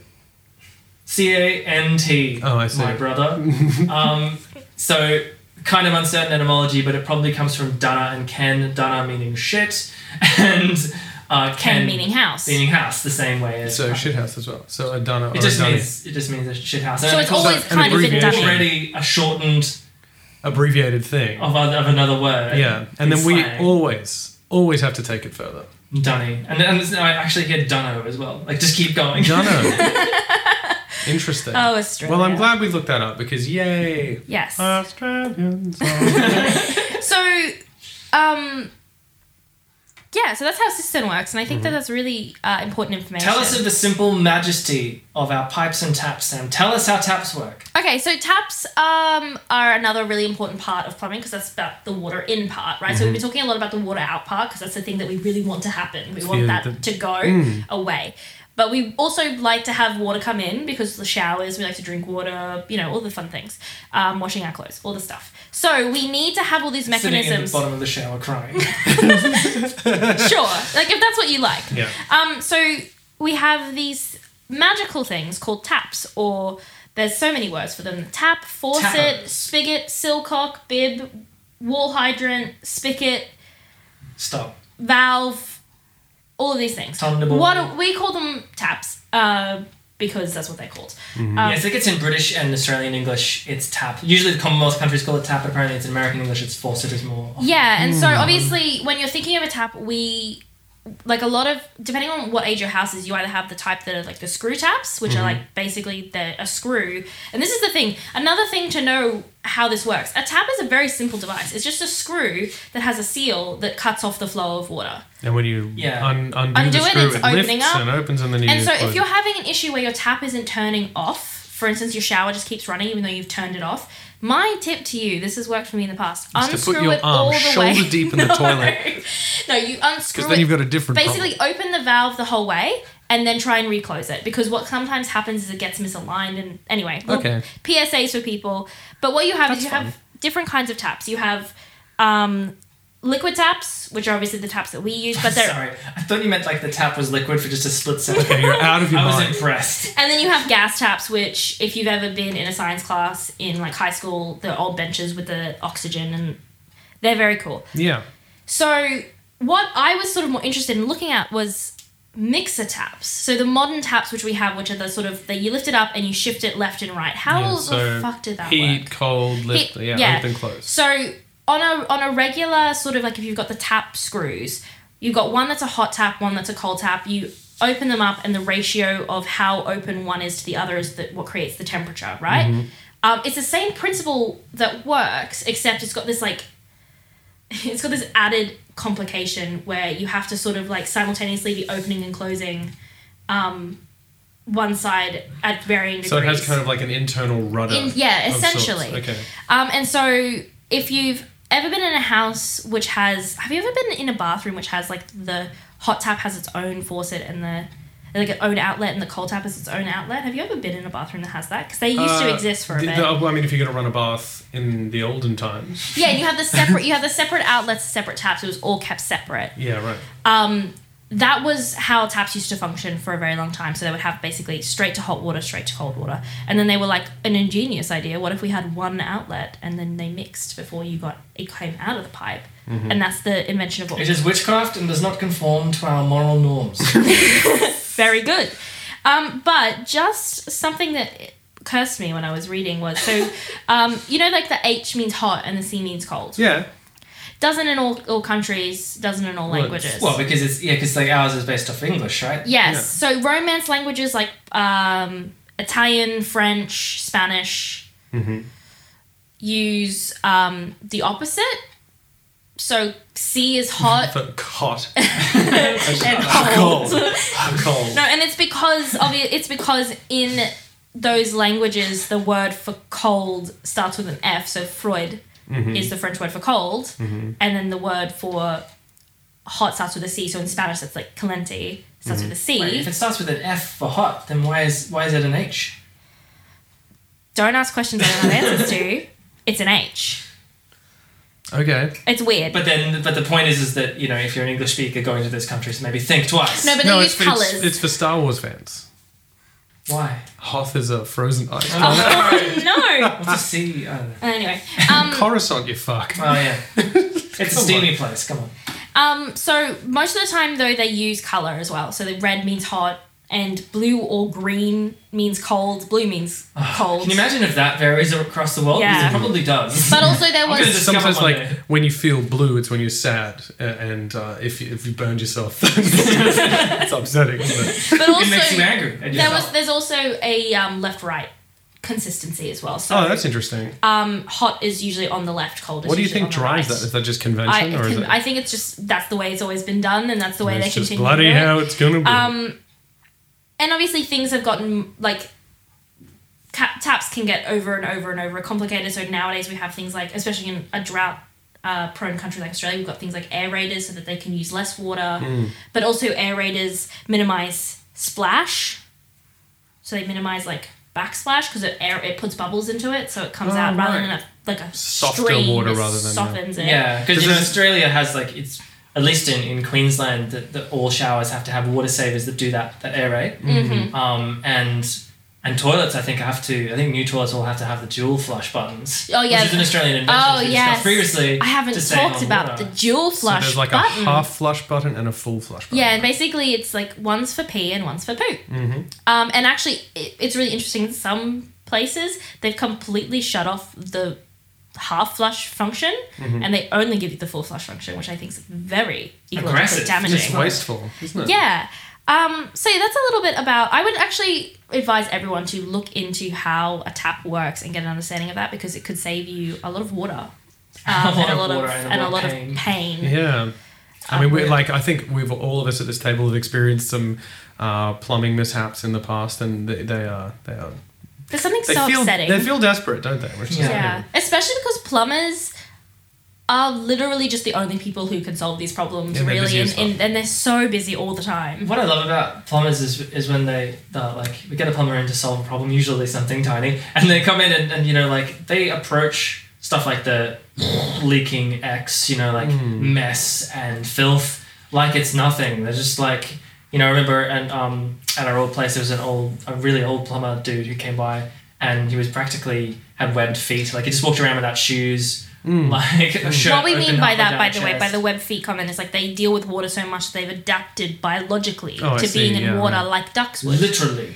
C A N T. Oh, I see. My brother. um, so kind of uncertain etymology, but it probably comes from Dana and Ken. Dana meaning shit, and uh, Ken, Ken meaning house. meaning house, the same way as uh, So shithouse as well. So a Dunna or It just a Dunny. means it just means a shit house. so it's also always an kind of a abbreviation. dummy. already a shortened abbreviated thing. of, other, of another word. yeah. And in then we slang. always, always have to take it further. Dunny, and then and I actually hear Dunno as well. Like just keep going. Dunno. Interesting. Oh, Australia. well, I'm glad we looked that up because yay. Yes. Australians. so um yeah so that's how system works and i think that that's really uh, important information Mm-hmm. Tell us of the simple majesty of our pipes and taps, Sam. Tell us how taps work. okay so taps um are another really important part of plumbing because that's about the water in part right so Mm-hmm. we've been talking a lot about the water out part because that's the thing that we really want to happen we want the- that the- to go Mm. away but we also like to have water come in because the showers we like to drink water you know all the fun things um, washing our clothes all the stuff so we need to have all these Sitting in the mechanisms bottom of the shower crying. sure like if that's what you like yeah. Um, so we have these magical things called taps, or there's so many words for them: tap, faucet, Taps. spigot, silcock, bib, wall hydrant, spigot, Stop. valve, all of these things. Thunderbolt. What we call them taps uh, because that's what they're called. Um, Yeah, I think it's in British and Australian English, it's tap. Usually the Commonwealth countries call it tap, apparently it's in American English, it's faucet is more. Yeah, and Hmm. so obviously when you're thinking of a tap, we like a lot of depending on what age your house is, you either have the type that are like the screw taps, Mm-hmm. which are like basically they're a screw. And this is the thing. Another thing to know how this works. A tap is a very simple device. It's just a screw that has a seal that cuts off the flow of water. And when you Yeah. un- undo, Undo the it, screw, it's it opening lifts up. and opens, and then you. And so close if it. you're having an issue where your tap isn't turning off, for instance, your shower just keeps running even though you've turned it off. My tip to you, this has worked for me in the past, Is to unscrew put your it arm all the shoulder way. deep in the No. toilet. No, you unscrew because it. then you've got a different. basically open the valve the whole way and then try and reclose it because what sometimes happens is it gets misaligned and anyway little Okay. psas for people but what you have That's is you fine. have different kinds of taps you have um, liquid taps which are obviously the taps that we use but they're Sorry, I thought you meant like the tap was liquid for just a split second. problem. you're out of your I was mind. impressed. and then you have gas taps which if you've ever been in a science class in like high school the old benches with the oxygen and they're very cool yeah. So what I was sort of more interested in looking at was mixer taps. So the modern taps which we have, which are the sort of that you lift it up and you shift it left and right. How yeah. the So fuck did that heat, work? cold, lift. Heat- yeah, yeah. Open, close. So on a on a regular sort of like if you've got the tap screws, you've got one that's a hot tap, one that's a cold tap. You open them up, and the ratio of how open one is to the other is that what creates the temperature, right? Mm-hmm. Um, it's the same principle that works, except it's got this like it's got this added complication where you have to sort of like simultaneously be opening and closing um, one side at varying degrees. So it has kind of like an internal rudder. In- yeah, of sorts. essentially. Okay. Um, and so if you've ever been in a house which has, have you ever been in a bathroom which has like the hot tap has its own faucet and the like an own outlet and the cold tap has its own outlet? Have you ever been in a bathroom that has that? Because they used to Uh, exist for a the- bit. the- well, I mean, if you're going to run a bath in the olden times, yeah, and you have the separate you have the separate outlets, separate taps. It was all kept separate. yeah, right. that was how taps used to function for a very long time. So they would have basically straight to hot water, straight to cold water. And then they were like an ingenious idea. What if we had one outlet and then they mixed before you got it came out of the pipe? Mm-hmm. And that's the invention of what It is witchcraft and does not conform to our moral norms. very good. Um, but just something that cursed me when I was reading was so um, you know like the H means hot and the C means cold. Yeah, Doesn't in all, all countries, doesn't in all Well, it's- languages. well, because it's yeah, because like ours is based off English, right? Yes. So Romance languages like um, Italian, French, Spanish use um, the opposite. So C is hot but hot, and cold, cold. cold. No, and it's because of it, it's because in those languages the word for cold starts with an F. So Freud is the French word for cold, and then the word for hot starts with a C. So in Spanish that's like caliente starts with a C. Wait, if it starts with an F for hot, then why is why is it an H? don't ask questions I don't have answers to. It's an H. Okay. It's weird. But then, but the point is, is that you know, if you're an English speaker going to those countries, maybe think twice. no, but they no, it's, use for- colours. it's it's for Star Wars fans. Why? Hoth is a frozen ice. oh no. What's a C? I don't know. anyway, um, Coruscant, you fuck. Oh yeah, it's a steamy place. Come on. um, so most of the time though they use color as well. So the red means hot, and blue or green means cold. Blue means Ah, cold. Can you imagine if that varies across the world? Because Yeah. it probably does. But also there gonna was just- Discover Sometimes, one like day. when you feel blue, it's when you're sad, uh, and uh, if you, if you burned yourself, it's upsetting. Isn't it? but it makes you also angry. at there yourself. was there's also a um, left right consistency as well. So Oh, that's interesting. um, hot is usually on the left, cold is Oh. what do you usually think on the drives right. that? Is that just convention, I, or is it? I think it's just that's the way it's always been done, and that's the way it's they just continue. bloody to do it. how it's gonna be. Um, and obviously things have gotten like ca- taps can get over and over and over complicated. So nowadays we have things like, especially in a drought. Uh, prone country like Australia, we've got things like aerators so that they can use less water, Hmm. but also aerators minimize splash, so they minimize like backsplash because it air it puts bubbles into it, so it comes Oh, out rather right. than a like a Softer stream, water it rather than- softens it. Yeah, because Because this- Australia has like it's at least in, in Queensland that, that all showers have to have water savers that do that that aerate, Mm-hmm. um, and and toilets I think have to I think new toilets all have to have the dual flush buttons. Oh, yeah. which is an Australian invention. Oh, which we yes. discussed previously. I haven't to save talked on about water. the dual so flush there's like button. a half flush button and a full flush button. Yeah, and basically it's like one's for pee and one's for poo. Mm-hmm. Um, and actually, it, it's really interesting. Some places they've completely shut off the half flush function, Mm-hmm. and they only give you the full flush function, which I think is very ecologically Aggressive. damaging. It's wasteful, isn't it? Yeah. Um, so that's a little bit about. I would actually advise everyone to look into how a tap works and get an understanding of that because it could save you a lot of water. Um, lot and a of lot of water and a and a lot lot of of pain. pain. Yeah. I mean, we yeah. like I think we've all of us at this table have experienced some uh, plumbing mishaps in the past, and they, they are they are There's something they so feel upsetting. they feel desperate, don't they? Which is- Yeah. Yeah. Especially because plumbers are literally just the only people who can solve these problems, Yeah, they're really. busy And, as and, and they're so busy all the time. What I love about plumbers is, is when they uh, like we get a plumber in to solve a problem, usually something tiny, and they come in and, and you know like they approach stuff like the leaking X, you know like mess and filth like it's nothing. They're just like you know I remember and um at our old place there was an old a really old plumber dude who came by and he was practically had webbed feet like he just walked around without shoes. Like a shirt what we open mean by halfway that, down by a the way, by chest. the web feet comment, is like they deal with water so much they've adapted biologically Oh, I to see, being in yeah. water like ducks would. literally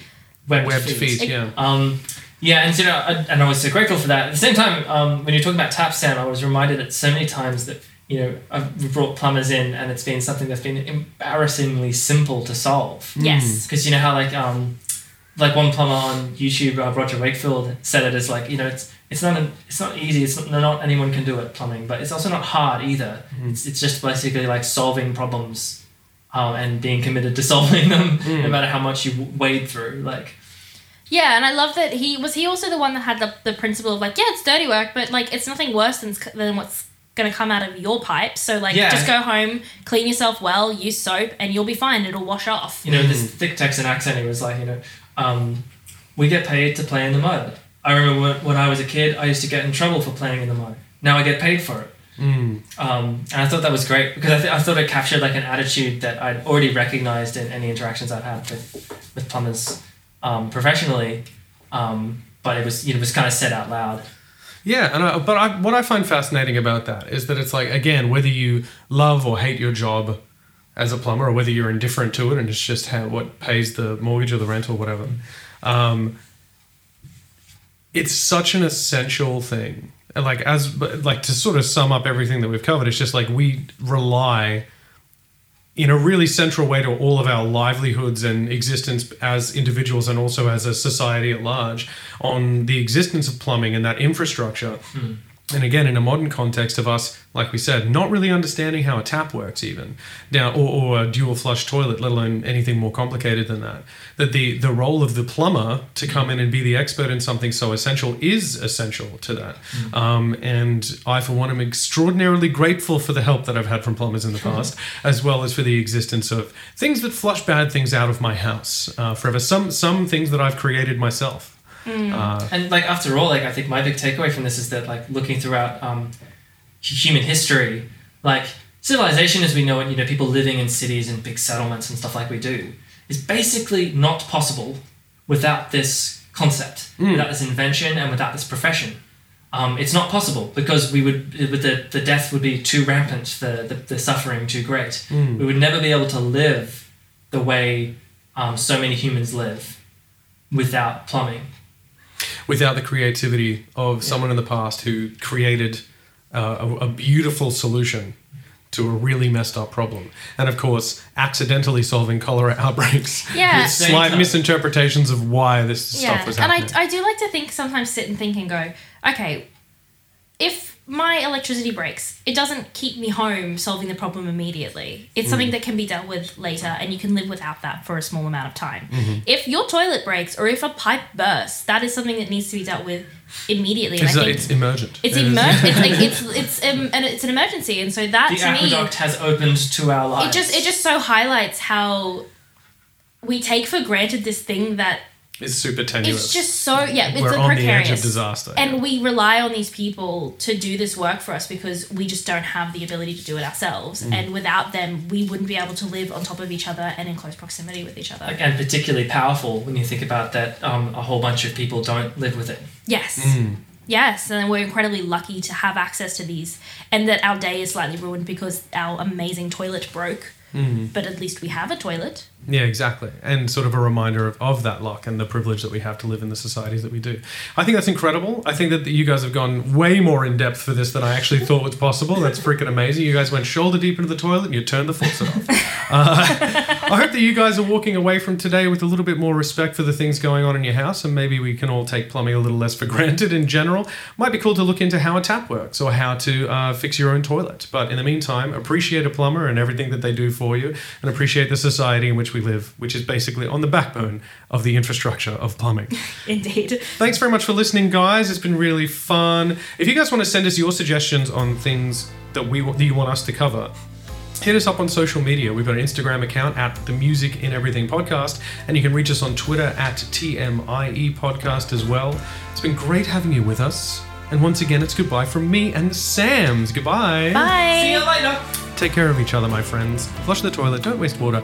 webbed, webbed feet. feet. Yeah. Um, yeah, and so, you know, I, and I was so grateful for that. At the same time, um, when you're talking about tap sound, I was reminded that so many times that you know, I've we've brought plumbers in, and it's been something that's been embarrassingly simple to solve. Yes. Because you know how like um, like one plumber on YouTube, uh, Roger Wakefield, said it as like you know it's it's not an, it's not easy. It's not, not anyone can do it plumbing, but it's also not hard either. It's it's just basically like solving problems, um, and being committed to solving them, no matter how much you w- wade through. Like Yeah, and I love that he was he also the one that had the, the principle of like, yeah, it's dirty work, but like it's nothing worse than than what's gonna come out of your pipe. So like, Yeah. just go home, clean yourself well, use soap, and you'll be fine. It'll wash off. you know, this thick Texan accent. He was like, you know, um, we get paid to play in the mud. I remember when, when I was a kid, I used to get in trouble for playing in the mud. Now I get paid for it. Um, and I thought that was great because I, th- I thought it captured like an attitude that I'd already recognized in any interactions I've had with, with plumbers um, professionally. Um, but it was, you know, it was kind of said out loud. Yeah, and I, but I, what I find fascinating about that is that it's like again whether you love or hate your job as a plumber, or whether you're indifferent to it and it's just how what pays the mortgage or the rent or whatever. Um, it's such an essential thing. And Like as but, like to sort of sum up everything that we've covered, it's just like we rely in a really central way to all of our livelihoods and existence as individuals and also as a society at large on the existence of plumbing and that infrastructure. And again, in a modern context of us, like we said, not really understanding how a tap works, even now, or, or a dual flush toilet, let alone anything more complicated than that. That the the role of the plumber to come in and be the expert in something so essential is essential to that. Um, and I, for one, am extraordinarily grateful for the help that I've had from plumbers in the past, as well as for the existence of things that flush bad things out of my house uh, forever. Some some things that I've created myself. Uh, and like after all like i think my big takeaway from this is that like looking throughout um, hu- human history like civilization as we know it you know people living in cities and big settlements and stuff like we do is basically not possible without this concept without this invention and without this profession um, it's not possible because we would with the, the death would be too rampant the, the, the suffering too great we would never be able to live the way um, so many humans live without plumbing without the creativity of someone in the past who created uh, a, a beautiful solution to a really messed up problem. And of course, accidentally solving cholera outbreaks. Yeah. with slight Same. misinterpretations of why this stuff was happening. And I, I do like to think sometimes sit and think and go, okay, if my electricity breaks, it doesn't keep me home solving the problem immediately. It's Mm. something that can be dealt with later and you can live without that for a small amount of time. Mm-hmm. If your toilet breaks or if a pipe bursts, that is something that needs to be dealt with immediately. And it's, I uh, think it's emergent. it's It is- emergent. it's like it's it's um, and it's an emergency, and so that the to me aqueduct has opened to our it lives. just it just so highlights how we take for granted this thing that It's super tenuous. it's just so yeah it's We're a on the edge of precarious disaster, and yeah. we rely on these people to do this work for us because we just don't have the ability to do it ourselves Mm. and without them we wouldn't be able to live on top of each other and in close proximity with each other Like, and particularly powerful when you think about that um, a whole bunch of people don't live with it. yes Mm. yes and we're incredibly lucky to have access to these and that our day is slightly ruined because our amazing toilet broke Mm. but at least we have a toilet Yeah, exactly. And sort of a reminder of, of that luck and the privilege that we have to live in the societies that we do. I think that's incredible. I think that you guys have gone way more in depth for this than I actually thought was possible. That's freaking amazing. You guys went shoulder deep into the toilet and you turned the faucet off. Uh, I hope that you guys are walking away from today with a little bit more respect for the things going on in your house and maybe we can all take plumbing a little less for granted in general. Might be cool to look into how a tap works or how to uh, fix your own toilet. But in the meantime, appreciate a plumber and everything that they do for you and appreciate the society in which we live, which is basically on the backbone of the infrastructure of plumbing. indeed Thanks very much for listening, guys. It's been really fun. If you guys want to send us your suggestions on things that we that you want us to cover, hit us up on social media. We've got an Instagram account at the Music in Everything Podcast, and you can reach us on Twitter at TMIE E Podcast as well. It's been great having you with us. And once again, it's goodbye from me and the Sams. Goodbye. bye See you later. Take care of each other, my friends. Flush the toilet, don't waste water,